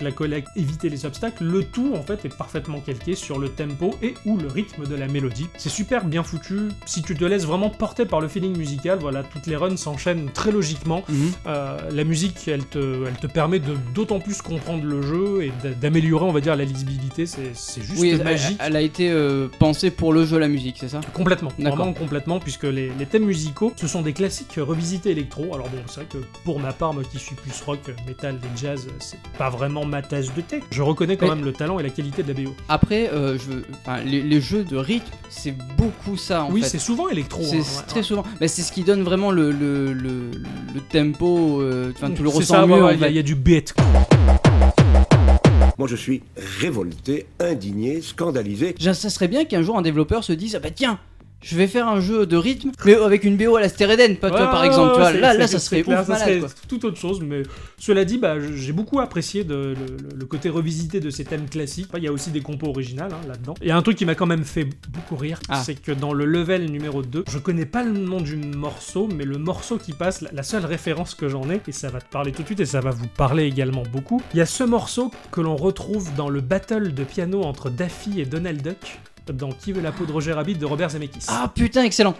Speaker 3: la collecte, éviter les obstacles, le tout en fait est parfaitement calqué sur le tempo et ou le rythme de la mélodie. C'est super bien foutu. Si tu te laisses vraiment porter par le feeling musical, voilà, toutes les runs s'enchaînent très logiquement.
Speaker 4: Mhm.
Speaker 3: Euh, la musique, elle te, elle te permet de d'autant plus comprendre le jeu et d'a- d'améliorer, on va dire, la lisibilité. C'est c'est juste
Speaker 4: Oui, elle,
Speaker 3: magique.
Speaker 4: elle a été euh, pensée pour le jeu la musique, c'est ça
Speaker 3: Complètement,
Speaker 4: D'accord.
Speaker 3: vraiment complètement, puisque les, les thèmes musicaux, ce sont des classiques revisités électro. Alors bon, c'est vrai que pour ma part, moi qui suis plus rock, metal et jazz, c'est pas vraiment ma tasse de thé. Je reconnais quand
Speaker 4: Mais-
Speaker 3: même le talent et la qualité de la BO.
Speaker 4: Après, euh, je, enfin, les, les jeux de rythme, c'est beaucoup ça en
Speaker 3: oui,
Speaker 4: fait.
Speaker 3: c'est souvent électro.
Speaker 4: C'est
Speaker 3: hein,
Speaker 4: c'est
Speaker 3: ouais,
Speaker 4: très
Speaker 3: ouais.
Speaker 4: souvent. Mais c'est ce qui donne vraiment le, le, le, le tempo. euh, Enfin, tu le
Speaker 3: C'est
Speaker 4: ressens
Speaker 3: ça,
Speaker 4: mieux.
Speaker 3: ouais, ouais,
Speaker 4: en
Speaker 3: Il y a-
Speaker 4: fait.
Speaker 3: il y, a du beat.
Speaker 6: Moi, je suis révolté, indigné, scandalisé.
Speaker 4: J'in- Ça serait bien qu'un jour un développeur se dise Ah bah tiens, je vais faire un jeu de rythme, mais avec une BO à la Stéréden, pas toi
Speaker 3: Ouais,
Speaker 4: par
Speaker 3: ouais,
Speaker 4: exemple.
Speaker 3: ouais,
Speaker 4: tu vois,
Speaker 3: c'est-
Speaker 4: là,
Speaker 3: c'est-
Speaker 4: là, ça
Speaker 3: c'est
Speaker 4: serait ouf
Speaker 3: clair, ça
Speaker 4: malade.
Speaker 3: serait
Speaker 4: quoi.
Speaker 3: tout autre chose, mais cela dit, bah, je- j'ai beaucoup apprécié de- le, le- le côté revisité de ces thèmes classiques. Il y a aussi des compos originales hein, là-dedans. Il y a un truc qui m'a quand même fait beaucoup rire,
Speaker 4: Ah.
Speaker 3: c'est que dans le level numéro 2, je connais pas le nom du morceau, mais le morceau qui passe, la, la seule référence que j'en ai, et ça va te parler tout de suite, et ça va vous parler également beaucoup, il y a ce morceau que l'on retrouve dans le battle de piano entre Daffy et Donald Duck dans Qui veut la peau de Roger Rabbit de Robert Zemeckis.
Speaker 4: Ah putain, excellent.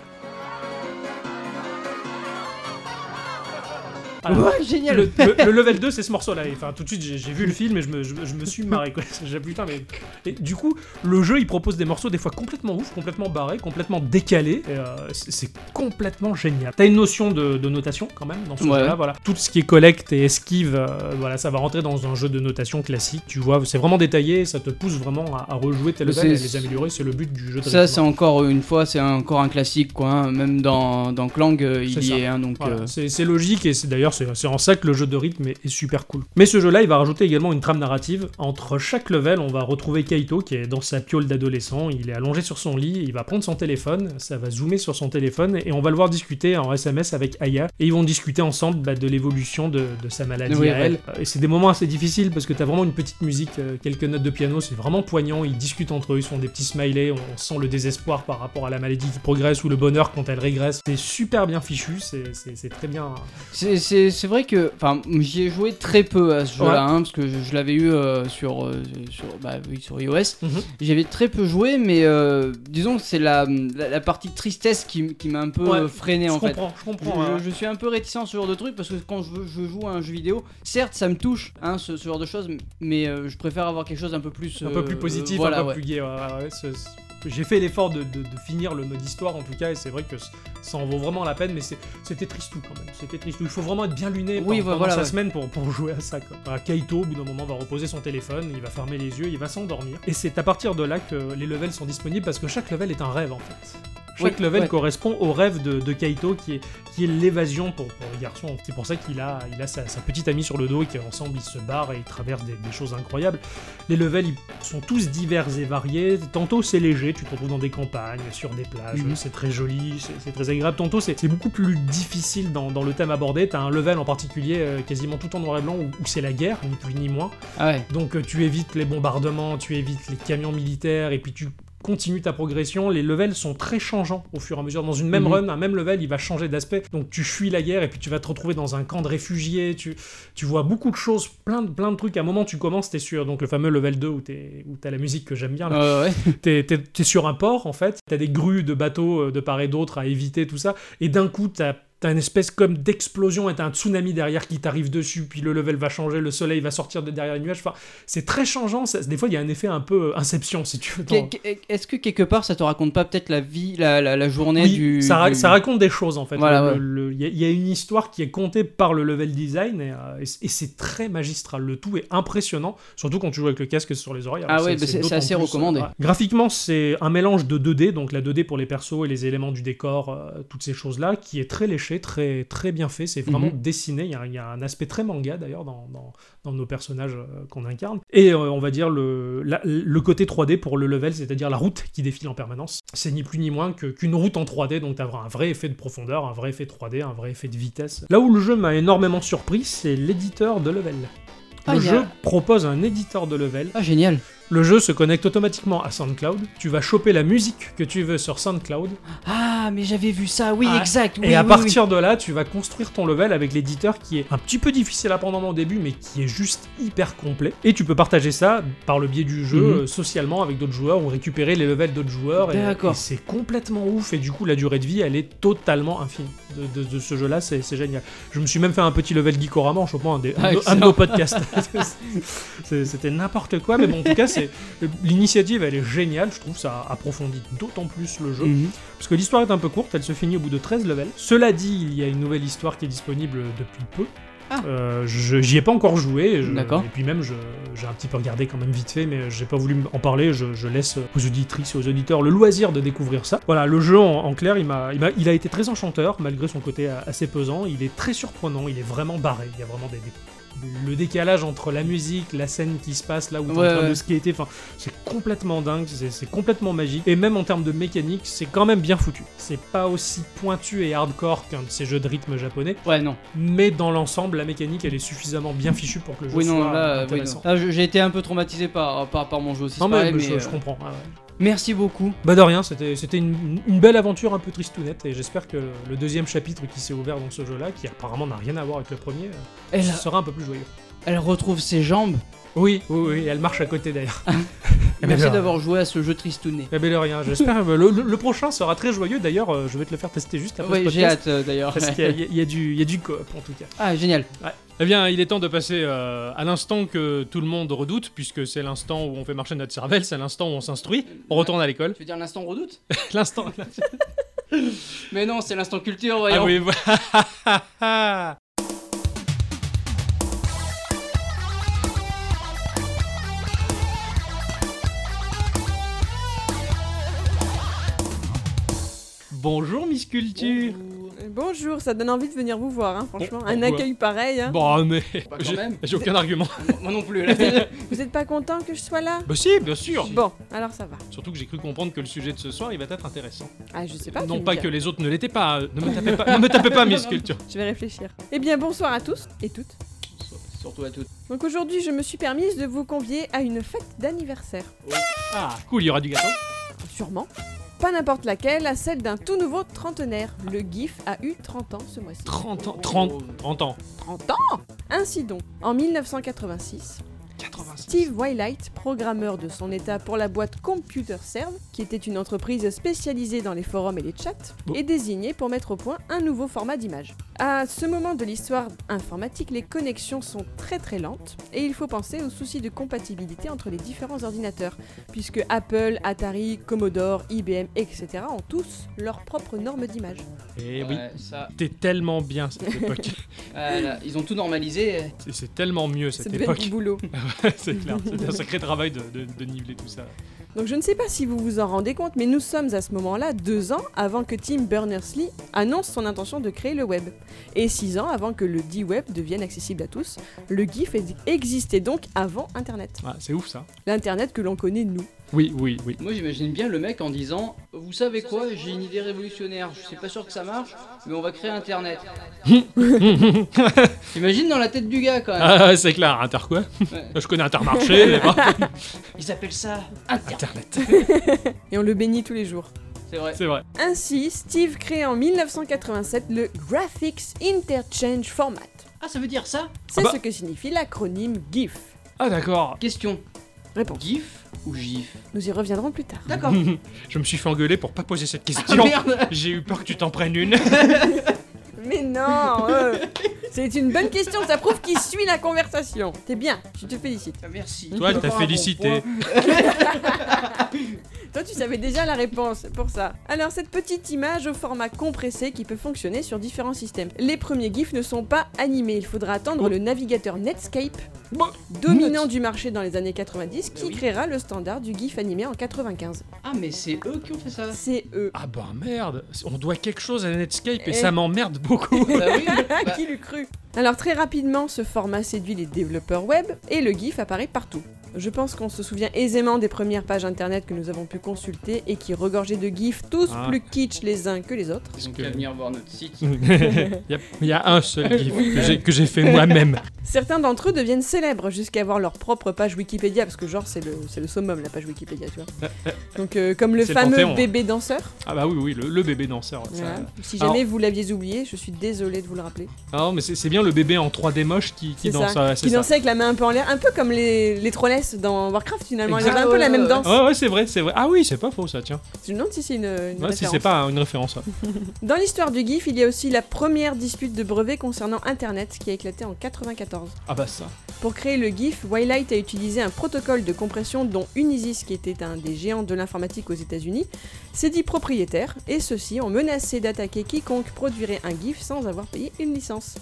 Speaker 3: Alors,
Speaker 4: Ouais, génial.
Speaker 3: le, le- le level 2, c'est ce morceau-là. Et, Enfin, tout de suite, j'ai j'ai vu le film et je me, je, me- je me suis marré. quoi. J'ai dit, putain, mais. Et du coup, le jeu, il propose des morceaux des fois complètement ouf, complètement barrés, complètement décalés. Et, euh, c'est c'est complètement génial. T'as une notion de, de notation quand même dans ce
Speaker 4: Ouais.
Speaker 3: jeu-là. Voilà. Tout ce qui est collecte et esquive, euh, voilà, ça va rentrer dans un jeu de notation classique. Tu vois, c'est vraiment détaillé. Ça te pousse vraiment à, à rejouer tes
Speaker 4: Mais
Speaker 3: levels et à
Speaker 4: c'est-
Speaker 3: les améliorer. C'est le but du jeu. de
Speaker 4: Ça,
Speaker 3: rythme.
Speaker 4: c'est encore une fois, c'est encore un classique, quoi. hein. Même dans, dans Clang, euh, il
Speaker 3: C'est
Speaker 4: y
Speaker 3: ça.
Speaker 4: est, hein, donc.
Speaker 3: Voilà,
Speaker 4: euh,
Speaker 3: c'est c'est logique et c'est d'ailleurs c'est c'est en ça que le jeu de rythme est, est super cool. Mais ce jeu-là, il va rajouter également une trame narrative. Entre chaque level, on va retrouver Kaito qui est dans sa piole d'adolescent. Il est allongé sur son lit, il va prendre son téléphone, ça va zoomer sur son téléphone et on va le voir discuter en SMS avec Aya et ils vont discuter ensemble bah, de l'évolution de, de sa maladie
Speaker 4: Oui,
Speaker 3: à
Speaker 4: ouais.
Speaker 3: elle. Euh, Et c'est des moments assez difficiles parce que t'as vraiment une petite musique, euh, quelques notes de piano, c'est vraiment poignant. Ils discutent entre eux, ils font des petits smileys, on on sent le désespoir par rapport à la maladie qui progresse ou le bonheur quand elle régresse. C'est super bien fichu, c'est- c'est c'est très bien.
Speaker 4: C'est- C'est c'est vrai que, enfin, j'y ai joué très peu à ce jeu-là,
Speaker 3: Ouais.
Speaker 4: hein, parce que je, je l'avais eu euh, sur, euh, sur, bah oui, sur iOS.
Speaker 3: Mhm.
Speaker 4: J'avais très peu joué, mais euh, disons que c'est la, la, la partie tristesse qui, m- qui m'a un peu
Speaker 3: Ouais,
Speaker 4: euh, freiné
Speaker 3: Je
Speaker 4: en fait.
Speaker 3: comprends, je
Speaker 4: Je,
Speaker 3: comprends. hein.
Speaker 4: je- je suis un peu réticent à ce genre de truc parce que quand je, veux- je joue à un jeu vidéo, certes ça me touche, hein, ce, ce genre de choses, mais euh, je préfère avoir quelque chose un peu plus,
Speaker 3: un
Speaker 4: euh,
Speaker 3: peu plus positif,
Speaker 4: euh, voilà,
Speaker 3: un peu
Speaker 4: ouais.
Speaker 3: plus gay. ouais, ouais, ouais, ce- ce- J'ai fait l'effort de, de- de finir le mode histoire en tout cas, et c'est vrai que c- ça en vaut vraiment la peine, mais c'est- c'était tristou quand même. C'était tristou. Il faut vraiment être bien luné
Speaker 4: Oui,
Speaker 3: pendant-
Speaker 4: ouais,
Speaker 3: pendant
Speaker 4: voilà,
Speaker 3: sa
Speaker 4: ouais.
Speaker 3: semaine pour, pour jouer à ça. Quoi. Bah, Kaito, au bout d'un moment, va reposer son téléphone, il va fermer les yeux, il va s'endormir. Et c'est à partir de là que les levels sont disponibles parce que chaque level est un rêve en fait. Chaque
Speaker 4: Oui,
Speaker 3: level
Speaker 4: ouais.
Speaker 3: correspond au rêve de, de Kaito qui est, qui est l'évasion pour, pour le garçon. C'est pour ça qu'il a, il a sa, sa petite amie sur le dos et qu'ensemble ils se barrent et ils traversent des- des choses incroyables. Les levels ils sont tous divers et variés. Tantôt c'est léger, tu te retrouves dans des campagnes, sur des plages,
Speaker 4: Mhm.
Speaker 3: c'est très joli, c'est- c'est très agréable. Tantôt c'est c'est beaucoup plus difficile dans, dans le thème abordé. T'as un level en particulier euh, quasiment tout en noir et blanc où, où c'est la guerre, ni plus ni moins.
Speaker 4: Ah ouais.
Speaker 3: Donc euh, tu évites les bombardements, tu évites les camions militaires et puis tu continues ta progression, les levels sont très changeants au fur et à mesure. Dans une même
Speaker 4: Mhm.
Speaker 3: run, un même level, il va changer d'aspect. Donc tu fuis la guerre et puis tu vas te retrouver dans un camp de réfugiés, tu, tu vois beaucoup de choses, plein de, plein de trucs. À un moment, tu commences, t'es sûr. Donc le fameux level 2 où t'es- où t'as la musique que j'aime bien, là.
Speaker 4: Ouais, ouais.
Speaker 3: T'es- t'es t'es sur un port en fait, t'as des grues de bateaux euh, de part et d'autre à éviter, tout ça, et d'un coup t'as t'as une espèce comme d'explosion et t'as un tsunami derrière qui t'arrive dessus, puis le level va changer, le soleil va sortir de derrière les nuages, enfin c'est très changeant, ça- des fois il y a un effet un peu euh, inception si tu veux. dans-
Speaker 4: Qu'est- qu'est- Est-ce que quelque part ça te raconte pas peut-être la vie, la, la, la journée
Speaker 3: Oui,
Speaker 4: du.
Speaker 3: ça, ra-
Speaker 4: du-
Speaker 3: ça raconte des choses en fait.
Speaker 4: Voilà,
Speaker 3: Le- le- le- Il y, a- il y a une histoire qui est contée par le level design et, euh, et c- et c'est très magistral. Le tout est impressionnant, surtout quand tu joues avec le casque sur les oreilles.
Speaker 4: Ah
Speaker 3: Alors,
Speaker 4: ouais, bah, c'est-
Speaker 3: d'autant
Speaker 4: c'est assez
Speaker 3: plus,
Speaker 4: recommandé.
Speaker 3: euh, ouais. Graphiquement, c'est un mélange de 2D, donc la 2D pour les persos et les éléments du décor, euh, toutes ces choses-là, qui est très léché, très, très bien fait. C'est vraiment
Speaker 4: Mhm.
Speaker 3: dessiné. Il y a un- il y, a un aspect très manga d'ailleurs dans- dans, dans nos personnages euh, qu'on incarne. Et euh, on va dire le, la- le côté 3D pour le level, c'est-à-dire la route qui défile en permanence. C'est ni plus ni moins que- qu'une route en 3D, donc d'avoir un vrai effet de profondeur, un vrai effet 3D, un vrai effet de vitesse. Là où le jeu m'a énormément surpris, c'est l'éditeur de level.
Speaker 4: Ah,
Speaker 3: le
Speaker 4: il y a-
Speaker 3: jeu propose un éditeur de level.
Speaker 4: Ah génial.
Speaker 3: Le jeu se connecte automatiquement à SoundCloud. Tu vas choper la musique que tu veux sur SoundCloud.
Speaker 4: Ah mais j'avais vu ça, oui
Speaker 3: Ah,
Speaker 4: exact.
Speaker 3: Et
Speaker 4: oui,
Speaker 3: à
Speaker 4: oui, oui.
Speaker 3: partir de là, tu vas construire ton level avec l'éditeur qui est un petit peu difficile à prendre en main au début, mais qui est juste hyper complet. Et tu peux partager ça par le biais du jeu
Speaker 4: Mhm.
Speaker 3: euh, socialement avec d'autres joueurs ou récupérer les levels d'autres joueurs. Et,
Speaker 4: D'accord.
Speaker 3: et c'est complètement ouf. Et du coup, la durée de vie, elle est totalement infinie de, de- de ce jeu-là. C'est c'est génial. Je me suis même fait un petit level Geekorama en chopant un, des- un
Speaker 4: Ah,
Speaker 3: de- un de,
Speaker 4: excellent.
Speaker 3: nos podcasts. C'est- C'était n'importe quoi, mais bon, en tout cas, c'est- l'initiative, elle est géniale. Je trouve ça approfondit d'autant plus le jeu.
Speaker 4: Mhm.
Speaker 3: Parce que l'histoire est un peu courte, elle se finit au bout de 13 levels. Cela dit, il y a une nouvelle histoire qui est disponible depuis peu.
Speaker 4: Ah.
Speaker 3: Euh, je- J'y ai pas encore joué. je-
Speaker 4: D'accord.
Speaker 3: Et puis même, je- j'ai un petit peu regardé quand même vite fait, mais j'ai pas voulu en parler. Je, je laisse aux auditrices et aux auditeurs le loisir de découvrir ça. Voilà, le jeu en, en clair, il m'a, il m'a- il a été très enchanteur, malgré son côté a- assez pesant. Il est très surprenant, il est vraiment barré. Il y a vraiment des. des- le décalage entre la musique, la scène qui se passe là où t'es
Speaker 4: Ouais,
Speaker 3: en train
Speaker 4: ouais.
Speaker 3: de skater, enfin, c'est complètement dingue, c'est c'est complètement magique. Et même en termes de mécanique, c'est quand même bien foutu. C'est pas aussi pointu et hardcore qu'un de ces jeux de rythme japonais,
Speaker 4: Ouais non.
Speaker 3: mais dans l'ensemble, la mécanique, elle est suffisamment bien fichue pour que le jeu
Speaker 4: Oui,
Speaker 3: soit
Speaker 4: non, là, euh, oui,
Speaker 3: intéressant.
Speaker 4: non. Là, je- j'ai été un peu traumatisé par, par, par mon jeu aussi. c'est
Speaker 3: Non, mais,
Speaker 4: pareil,
Speaker 3: mais
Speaker 4: mais,
Speaker 3: je,
Speaker 4: euh,
Speaker 3: je comprends. ouais, ouais.
Speaker 4: Merci beaucoup.
Speaker 3: Bah de rien, c'était c'était une, une belle aventure un peu tristounette et j'espère que le deuxième chapitre qui s'est ouvert dans ce jeu-là, qui apparemment n'a rien à voir avec le premier, euh,
Speaker 4: Elle,
Speaker 3: sera un peu plus joyeux.
Speaker 4: elle retrouve ses jambes.
Speaker 3: Oui, oui, oui, elle marche à côté d'ailleurs.
Speaker 4: Merci
Speaker 3: alors.
Speaker 4: d'avoir joué à ce jeu tristouné.
Speaker 3: Eh ben, de rien, j'espère. euh, Le, le- le prochain sera très joyeux. D'ailleurs, euh, je vais te le faire tester juste après
Speaker 4: Oui,
Speaker 3: ce
Speaker 4: j'ai
Speaker 3: podcast.
Speaker 4: hâte euh, d'ailleurs.
Speaker 3: Parce qu'il y a- il y, a- il y a du, il y a du coop en tout cas.
Speaker 4: Ah, génial.
Speaker 3: Eh bien, il est temps de passer euh, à l'instant que tout le monde redoute, puisque c'est l'instant où on fait marcher notre cervelle, c'est l'instant où on s'instruit, on retourne à l'école.
Speaker 4: Tu veux dire l'instant redoute
Speaker 3: L'instant.
Speaker 4: Mais non, c'est l'instant culture,
Speaker 3: Ah
Speaker 4: voyons.
Speaker 3: oui, voilà. Bonjour Miss Culture.
Speaker 7: Bonjour, ça donne envie de venir vous voir, hein, franchement.
Speaker 3: Bon,
Speaker 7: un
Speaker 3: pourquoi
Speaker 7: accueil pareil. hein.
Speaker 3: Bon mais
Speaker 4: Pas quand
Speaker 3: j'ai-
Speaker 4: même.
Speaker 3: j'ai aucun argument.
Speaker 4: Moi non plus.
Speaker 7: Vous êtes pas content que je sois là
Speaker 3: Bah si, bien sûr.
Speaker 7: Bon, alors ça va.
Speaker 3: Surtout que j'ai cru comprendre que le sujet de ce soir, il va être intéressant.
Speaker 7: Ah, je sais pas. tu
Speaker 3: non
Speaker 7: me
Speaker 3: pas
Speaker 7: diras.
Speaker 3: que les autres ne l'étaient pas. euh, Ne me tapez pas, ne me tapez pas Miss Culture.
Speaker 7: Je vais réfléchir. Eh bien, bonsoir à tous et toutes.
Speaker 4: Surtout à toutes.
Speaker 7: Donc aujourd'hui, je me suis permise de vous convier à une fête d'anniversaire. Ah,
Speaker 3: Ah, cool, il y aura du gâteau.
Speaker 7: Sûrement. Pas n'importe laquelle, à celle d'un tout nouveau trentenaire. Le GIF a eu 30 ans ce mois-ci.
Speaker 3: 30 ans, Oh. 30, 30 ans.
Speaker 7: 30 ans Ainsi donc, en 1986,
Speaker 3: 86.
Speaker 7: Steve Wylight, programmeur de son état pour la boîte ComputerServe, qui était une entreprise spécialisée dans les forums et les chats,
Speaker 3: Bon.
Speaker 7: est désigné pour mettre au point un nouveau format d'image. À ce moment de l'histoire informatique, les connexions sont très très lentes et il faut penser au souci de compatibilité entre les différents ordinateurs, puisque Apple, Atari, Commodore, IBM, etc. ont tous leurs propres normes d'image.
Speaker 3: Eh oui.
Speaker 4: Ouais, ça,
Speaker 3: C'était tellement bien cette époque.
Speaker 4: voilà, ils ont tout normalisé.
Speaker 3: Et C'est tellement mieux
Speaker 7: Ça
Speaker 3: cette
Speaker 7: devait être
Speaker 3: époque.
Speaker 7: du boulot.
Speaker 3: c'est clair. C'est un sacré travail de, de- de niveler tout ça.
Speaker 7: Donc je ne sais pas si vous vous en rendez compte, mais nous sommes à ce moment-là deux ans avant que Tim Berners-Lee annonce son intention de créer le web, et six ans avant que le dit web devienne accessible à tous. Le GIF ex- existait donc avant Internet,
Speaker 3: Ah, c'est ouf ça.
Speaker 7: l'Internet que l'on connaît nous.
Speaker 3: Oui, oui, oui.
Speaker 4: Moi j'imagine bien le mec en disant Vous savez quoi, j'ai une idée révolutionnaire, je suis pas sûr que ça marche, mais on va créer internet. T'imagines dans la tête du gars quand même.
Speaker 3: Ah, ouais, c'est clair. Inter quoi
Speaker 4: Ouais.
Speaker 3: Je connais Intermarché. mais bon.
Speaker 4: Ils appellent ça internet.
Speaker 3: Internet.
Speaker 7: Et on le bénit tous les jours.
Speaker 4: C'est vrai.
Speaker 3: C'est vrai.
Speaker 7: Ainsi, Steve crée en 1987 le Graphics Interchange Format.
Speaker 4: Ah, ça veut dire ça
Speaker 7: C'est
Speaker 3: Ah bah.
Speaker 7: ce que signifie l'acronyme GIF.
Speaker 3: Ah d'accord.
Speaker 4: Question
Speaker 7: Réponse.
Speaker 4: GIF ou GIF
Speaker 7: Nous y reviendrons plus tard.
Speaker 4: D'accord.
Speaker 3: Je me suis fait engueuler pour pas poser cette
Speaker 4: Ah,
Speaker 3: question.
Speaker 4: merde
Speaker 3: J'ai eu peur que tu t'en prennes une.
Speaker 7: Mais non euh, C'est une bonne question, ça prouve qu'il suit la conversation. T'es bien, je te félicite.
Speaker 4: Ah, Merci.
Speaker 3: Toi, elle t'a
Speaker 4: Encore un
Speaker 3: félicité.
Speaker 4: bon point.
Speaker 7: Toi, tu savais déjà la réponse pour ça. Alors, cette petite image au format compressé qui peut fonctionner sur différents systèmes. Les premiers GIFs ne sont pas animés, il faudra attendre le navigateur Netscape,
Speaker 3: Bon.
Speaker 7: dominant du marché dans les années 90, qui créera le standard du GIF animé en E 95.
Speaker 4: Ah, mais c'est eux qui ont fait ça.
Speaker 7: C'est eux.
Speaker 3: Ah bah merde. On doit quelque chose à Netscape et
Speaker 7: Eh.
Speaker 3: ça m'emmerde beaucoup.
Speaker 4: Bah oui.
Speaker 7: Ah,
Speaker 4: Bah,
Speaker 7: qui l'eût cru Alors très rapidement, ce format séduit les développeurs web et le GIF apparaît partout. Je pense qu'on se souvient aisément des premières pages internet que nous avons pu consulter et qui regorgeaient de GIFs tous
Speaker 3: Ah.
Speaker 7: plus kitsch les uns que les autres.
Speaker 4: ils ont
Speaker 3: que-
Speaker 4: qu'à venir voir notre
Speaker 3: Mm.
Speaker 4: site.
Speaker 3: Il y, a- il y a un seul gif que j'ai- que j'ai fait moi-même.
Speaker 7: Certains d'entre eux deviennent célèbres jusqu'à avoir leur propre page Wikipédia parce que genre c'est le, c'est le summum la page Wikipédia tu vois. Donc euh, comme le
Speaker 3: C'est le
Speaker 7: fameux
Speaker 3: Panthéon. hein.
Speaker 7: bébé danseur.
Speaker 3: Ah bah oui, oui, le, le bébé danseur. ça-
Speaker 7: Voilà. Si
Speaker 3: Alors-
Speaker 7: jamais vous l'aviez oublié, je suis désolée de vous le rappeler.
Speaker 3: Ah non, mais c'est c'est bien le bébé en 3D moche qui, qui
Speaker 7: C'est
Speaker 3: danse. ouais, Ah, c'est
Speaker 7: Qui
Speaker 3: ça.
Speaker 7: dansait avec la main un peu en l'air, un peu comme les, les trollesses dans Warcraft finalement. Ils avaient un peu la même danse.
Speaker 3: Ouais, ouais, c'est vrai, c'est vrai. Ah oui, c'est pas faux ça, tiens.
Speaker 7: Je me demande si c'est une, une
Speaker 3: Ouais, si
Speaker 7: référence.
Speaker 3: c'est pas une référence. ouais.
Speaker 7: Dans l'histoire du GIF, il y a aussi la première dispute de brevet concernant Internet qui a éclaté en 94.
Speaker 3: Ah bah ça.
Speaker 7: Pour créer le GIF, Wylight a utilisé un protocole de compression dont Unisys, qui était un des géants de l'informatique aux États-Unis, s'est dit propriétaire et ceux-ci ont menacé d'attaquer quiconque produirait un GIF sans avoir payé une licence.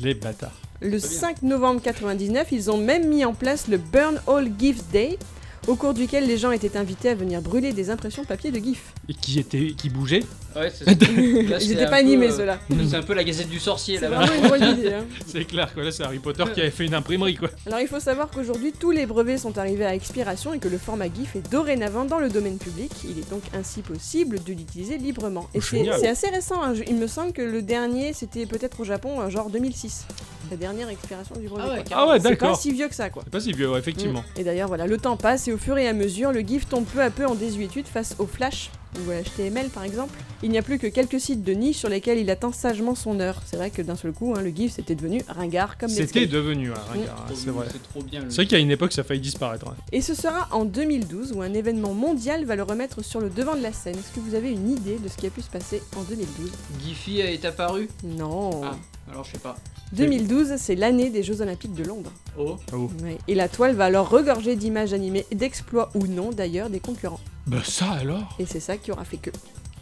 Speaker 3: Les bâtards.
Speaker 7: Le 5 novembre 99, ils ont même mis en place le Burn All GIFs Day, au cours duquel les gens étaient invités à venir brûler des impressions papier de GIF.
Speaker 3: Et qui était, qui bougeait.
Speaker 4: Ouais, c'est ça. Là,
Speaker 7: Ils
Speaker 4: c'est
Speaker 7: n'étaient
Speaker 4: un
Speaker 7: pas
Speaker 4: peu,
Speaker 7: animés
Speaker 4: euh,
Speaker 7: ceux-là.
Speaker 4: C'est un peu la gazette du sorcier
Speaker 7: C'est
Speaker 4: là-bas.
Speaker 7: vraiment une bonne idée. hein.
Speaker 3: C'est clair, quoi. Là, c'est Harry Potter qui avait fait une imprimerie, quoi.
Speaker 7: Alors il faut savoir qu'aujourd'hui tous les brevets sont arrivés à expiration et que le format GIF est dorénavant dans le domaine public. Il est donc ainsi possible de l'utiliser librement. Et c'est
Speaker 3: Oh, Génial.
Speaker 7: c'est assez récent, hein. Je- il me semble que le dernier c'était peut-être au Japon euh, genre 2006. La dernière expiration du brevet.
Speaker 4: Ah ouais,
Speaker 7: quoi.
Speaker 3: Ah ouais,
Speaker 7: c'est pas
Speaker 3: d'accord.
Speaker 7: si vieux que ça quoi.
Speaker 3: C'est pas si vieux, ouais, effectivement.
Speaker 7: Mm. Et d'ailleurs voilà, le temps passe et au fur et à mesure le GIF tombe peu à peu en désuétude face au flash ou HTML par exemple, il n'y a plus que quelques sites de niche sur lesquels il attend sagement son heure. C'est vrai que d'un seul coup, hein, le GIF c'était devenu ringard comme
Speaker 3: C'était
Speaker 7: Netscape.
Speaker 3: devenu un ringard,
Speaker 4: Trop
Speaker 3: Ah, c'est
Speaker 4: bien,
Speaker 3: vrai.
Speaker 4: C'est trop bien. le-
Speaker 3: C'est vrai qu'à une époque, ça a failli disparaître. ouais.
Speaker 7: Et ce sera en 2012 où un événement mondial va le remettre sur le devant de la scène. Est-ce que vous avez une idée de ce qui a pu se passer en 2012
Speaker 4: Giphy est apparu
Speaker 7: Non.
Speaker 4: Ah, alors je sais pas.
Speaker 7: 2012, c'est l'année des Jeux Olympiques de Londres.
Speaker 4: Oh.
Speaker 7: Ouais. Et la toile va alors regorger d'images animées, d'exploits ou non d'ailleurs des concurrents.
Speaker 8: Bah ça alors
Speaker 7: Et c'est ça qui aura fait que.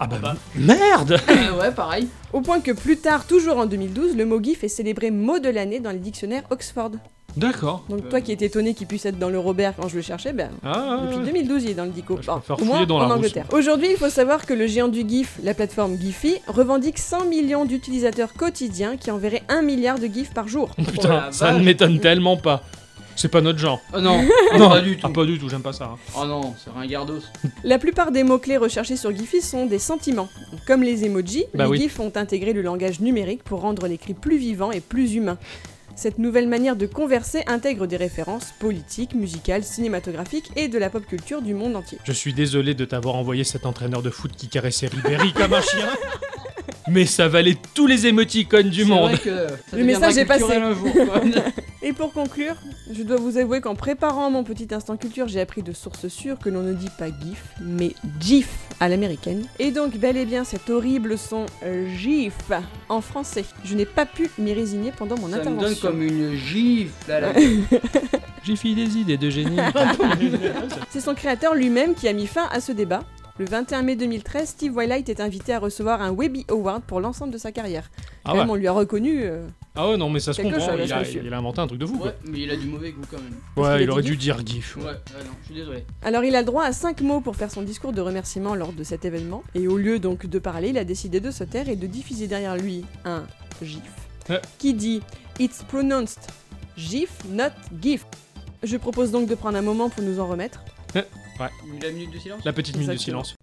Speaker 8: Ah bah, merde
Speaker 4: Ah ouais, pareil.
Speaker 7: Au point que plus tard, toujours en 2012, le mot GIF est célébré mot de l'année dans les dictionnaires Oxford.
Speaker 3: D'accord.
Speaker 7: Donc
Speaker 4: Euh.
Speaker 7: toi qui étais étonné qu'il puisse être dans le Robert quand je le cherchais, ben...
Speaker 3: Ah,
Speaker 7: Depuis
Speaker 3: ouais.
Speaker 7: 2012, il est dans le dico.
Speaker 3: Bah, je préfère
Speaker 7: au moins
Speaker 3: fouiller dans la
Speaker 7: en
Speaker 3: rousse.
Speaker 7: Angleterre. Aujourd'hui, il faut savoir que le géant du GIF, la plateforme Giphy, revendique 100 millions d'utilisateurs quotidiens qui enverraient 1 milliard de GIFs par jour.
Speaker 4: Oh
Speaker 3: Putain,
Speaker 4: la
Speaker 3: ça
Speaker 4: vache.
Speaker 3: ne m'étonne tellement pas. C'est pas notre genre.
Speaker 4: Oh non,
Speaker 3: Non.
Speaker 4: pas du
Speaker 3: Ah,
Speaker 4: tout.
Speaker 3: pas du tout, j'aime pas ça. hein.
Speaker 4: Oh non, c'est Ringardos.
Speaker 7: La plupart des mots-clés recherchés sur Giphy sont des sentiments. Donc, Comme les emojis,
Speaker 3: Bah
Speaker 7: les
Speaker 3: oui.
Speaker 7: GIFs ont intégré le langage numérique pour rendre l'écrit plus vivant et plus humain. Cette nouvelle manière de converser intègre des références politiques, musicales, cinématographiques et de la pop culture du monde entier.
Speaker 3: Je suis désolé de t'avoir envoyé cet entraîneur de foot qui caressait Ribéry comme un chien. Mais ça valait tous les émoticônes du
Speaker 4: C'est
Speaker 3: monde.
Speaker 4: vrai que ça
Speaker 7: Le
Speaker 4: deviendra
Speaker 7: message est passé.
Speaker 4: culturel Un jour, quoi.
Speaker 7: Et pour conclure, je dois vous avouer qu'en préparant mon petit instant culture, j'ai appris de sources sûres que l'on ne dit pas GIF, mais GIF à l'américaine. Et donc bel et bien cet horrible son euh, GIF en français. Je n'ai pas pu m'y résigner pendant mon
Speaker 4: Ça me donne
Speaker 7: intervention.
Speaker 4: comme une gifle à la
Speaker 8: J'ai fait des idées de génie.
Speaker 3: Ah
Speaker 7: C'est son créateur lui-même qui a mis fin à ce débat. Le 21 mai 2013, Steve Wylight est invité à recevoir un Webby Award pour l'ensemble de sa carrière.
Speaker 3: Ah
Speaker 7: Quand
Speaker 3: ouais.
Speaker 7: même, on lui a reconnu. euh,
Speaker 3: Ah ouais, non, mais ça se
Speaker 7: Quelque
Speaker 3: comprend.
Speaker 7: chose,
Speaker 3: Il a,
Speaker 7: monsieur.
Speaker 3: il a inventé un truc de fou.
Speaker 4: Ouais, mais il a du mauvais goût quand même.
Speaker 3: quoi.
Speaker 7: qu'il
Speaker 3: Ouais,
Speaker 7: a
Speaker 3: il aurait
Speaker 7: dit
Speaker 3: dû dire GIF.
Speaker 4: Ouais, ouais, non, je suis désolé.
Speaker 7: Alors il a le droit à 5 mots pour faire son discours de remerciement lors de cet événement, et au lieu donc de parler, il a décidé de se taire et de diffuser derrière lui un gif
Speaker 3: Ouais.
Speaker 7: qui dit It's pronounced gif, not gif. Je propose donc de prendre un moment pour nous en remettre.
Speaker 4: La minute de silence
Speaker 3: La petite minute de
Speaker 7: Exactement.
Speaker 3: silence.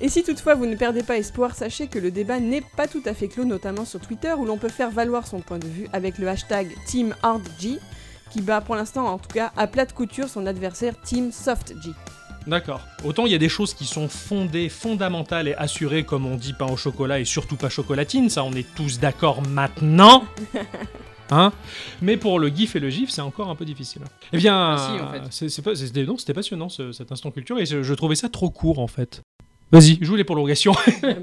Speaker 7: Et si toutefois vous ne perdez pas espoir, sachez que le débat n'est pas tout à fait clos, notamment sur Twitter où l'on peut faire valoir son point de vue avec le hashtag TeamHardG qui bat pour l'instant en tout cas à plate couture son adversaire Team SoftG.
Speaker 3: D'accord. Autant il y a des choses qui sont fondées, fondamentales et assurées, comme on dit pain au chocolat et surtout pas chocolatine, ça on est tous d'accord maintenant. Hein Mais pour le GIF et le GIF, c'est encore un peu difficile. Eh bien,
Speaker 4: Ah si, en fait.
Speaker 3: c'est- c'est pas- c'était non, c'était passionnant ce- cet instant culture et je, je trouvais ça trop court en fait. Vas-y, joue les prolongations.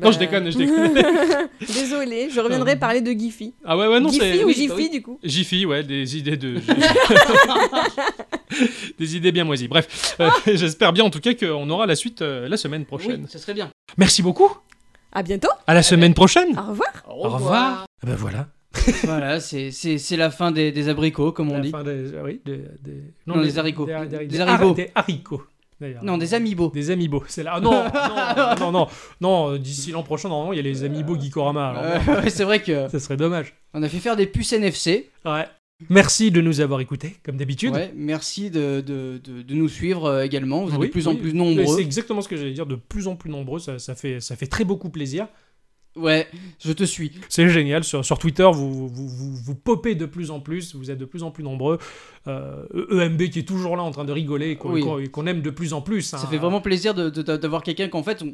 Speaker 3: Non, je déconne, je déconne.
Speaker 7: Eh ben, Désolée, je reviendrai parler de Giphy.
Speaker 3: Ah ouais, ouais, non, c'est.
Speaker 7: Giphy ou
Speaker 4: oui,
Speaker 7: Giphy
Speaker 4: bah oui.
Speaker 7: du coup
Speaker 3: Jiffy, ouais, des idées de. des idées bien moisies. Bref, euh, j'espère bien en tout cas qu'on aura la suite euh, la semaine prochaine.
Speaker 4: Oui, Eh ben, ça serait bien.
Speaker 3: Merci beaucoup.
Speaker 7: À bientôt,
Speaker 3: À la semaine prochaine.
Speaker 7: au revoir
Speaker 3: Au revoir. Ah ben voilà.
Speaker 4: Eh voilà, c'est- c'est c'est la fin des, des abricots, comme on
Speaker 3: La
Speaker 4: dit.
Speaker 3: fin des- ah oui, des- des-
Speaker 4: Non, des haricots.
Speaker 3: Des,
Speaker 4: Des
Speaker 3: des-
Speaker 4: haricots.
Speaker 3: des haricots, d'ailleurs.
Speaker 4: Non, des amibos.
Speaker 3: Des amiibo, c'est là. Ah non, non, non, non, non, non, d'ici l'an prochain, normalement, il y a les amiibo Gikorama. Alors,
Speaker 4: Euh, ouais, c'est vrai que
Speaker 3: ça serait dommage.
Speaker 4: on a fait faire des puces NFC.
Speaker 3: Ouais. Merci de nous avoir écoutés, comme d'habitude.
Speaker 4: Ouais, merci de, de, de, de nous suivre euh, également. Vous êtes
Speaker 3: Oui,
Speaker 4: de plus
Speaker 3: oui.
Speaker 4: en plus
Speaker 3: Mais C'est
Speaker 4: nombreux.
Speaker 3: exactement ce que j'allais dire, de plus en plus nombreux, ça, ça fait, ça fait très beaucoup plaisir.
Speaker 4: Ouais, je te suis.
Speaker 3: C'est génial, sur, sur Twitter, vous, vous, vous, vous popez de plus en plus, vous êtes de plus en plus nombreux. Euh, EMB qui est toujours là en train de rigoler et qu'on
Speaker 4: Oui.
Speaker 3: qu'on- et qu'on aime de plus en plus.
Speaker 4: Ça
Speaker 3: hein.
Speaker 4: fait vraiment plaisir d'avoir de, de- d'avoir quelqu'un qu'en fait on,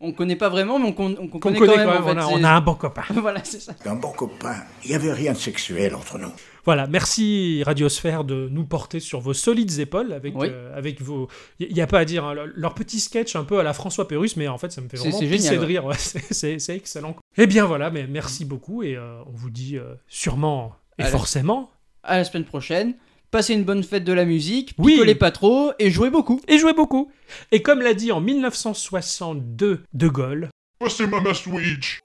Speaker 4: on connaît pas vraiment, mais on, con- on,
Speaker 3: qu'on
Speaker 4: connaît, quand même. en fait.
Speaker 3: on a-
Speaker 4: C'est-
Speaker 3: on a un bon copain.
Speaker 4: voilà, c'est ça.
Speaker 5: Un bon copain. Il n'y avait rien de sexuel entre nous.
Speaker 3: Voilà, merci Radiosphère de nous porter sur vos solides épaules avec,
Speaker 4: Oui.
Speaker 3: euh, avec vos. Il n'y a pas à dire, hein, leur, leur petit sketch un peu à la François Pérus, mais en fait ça me fait
Speaker 4: C'est-
Speaker 3: vraiment
Speaker 4: c'est
Speaker 3: pisser
Speaker 4: génial,
Speaker 3: de rire. ouais, c'est- c'est c'est excellent. Eh bien voilà, mais merci beaucoup et euh, on vous dit euh, sûrement et
Speaker 4: Allez.
Speaker 3: forcément.
Speaker 4: À la semaine prochaine. Passez une bonne fête de la musique.
Speaker 3: Oui.
Speaker 4: Picolez pas trop et jouez beaucoup.
Speaker 3: Et jouez beaucoup Et comme l'a dit en 1962 De Gaulle,
Speaker 2: Passez ma Switch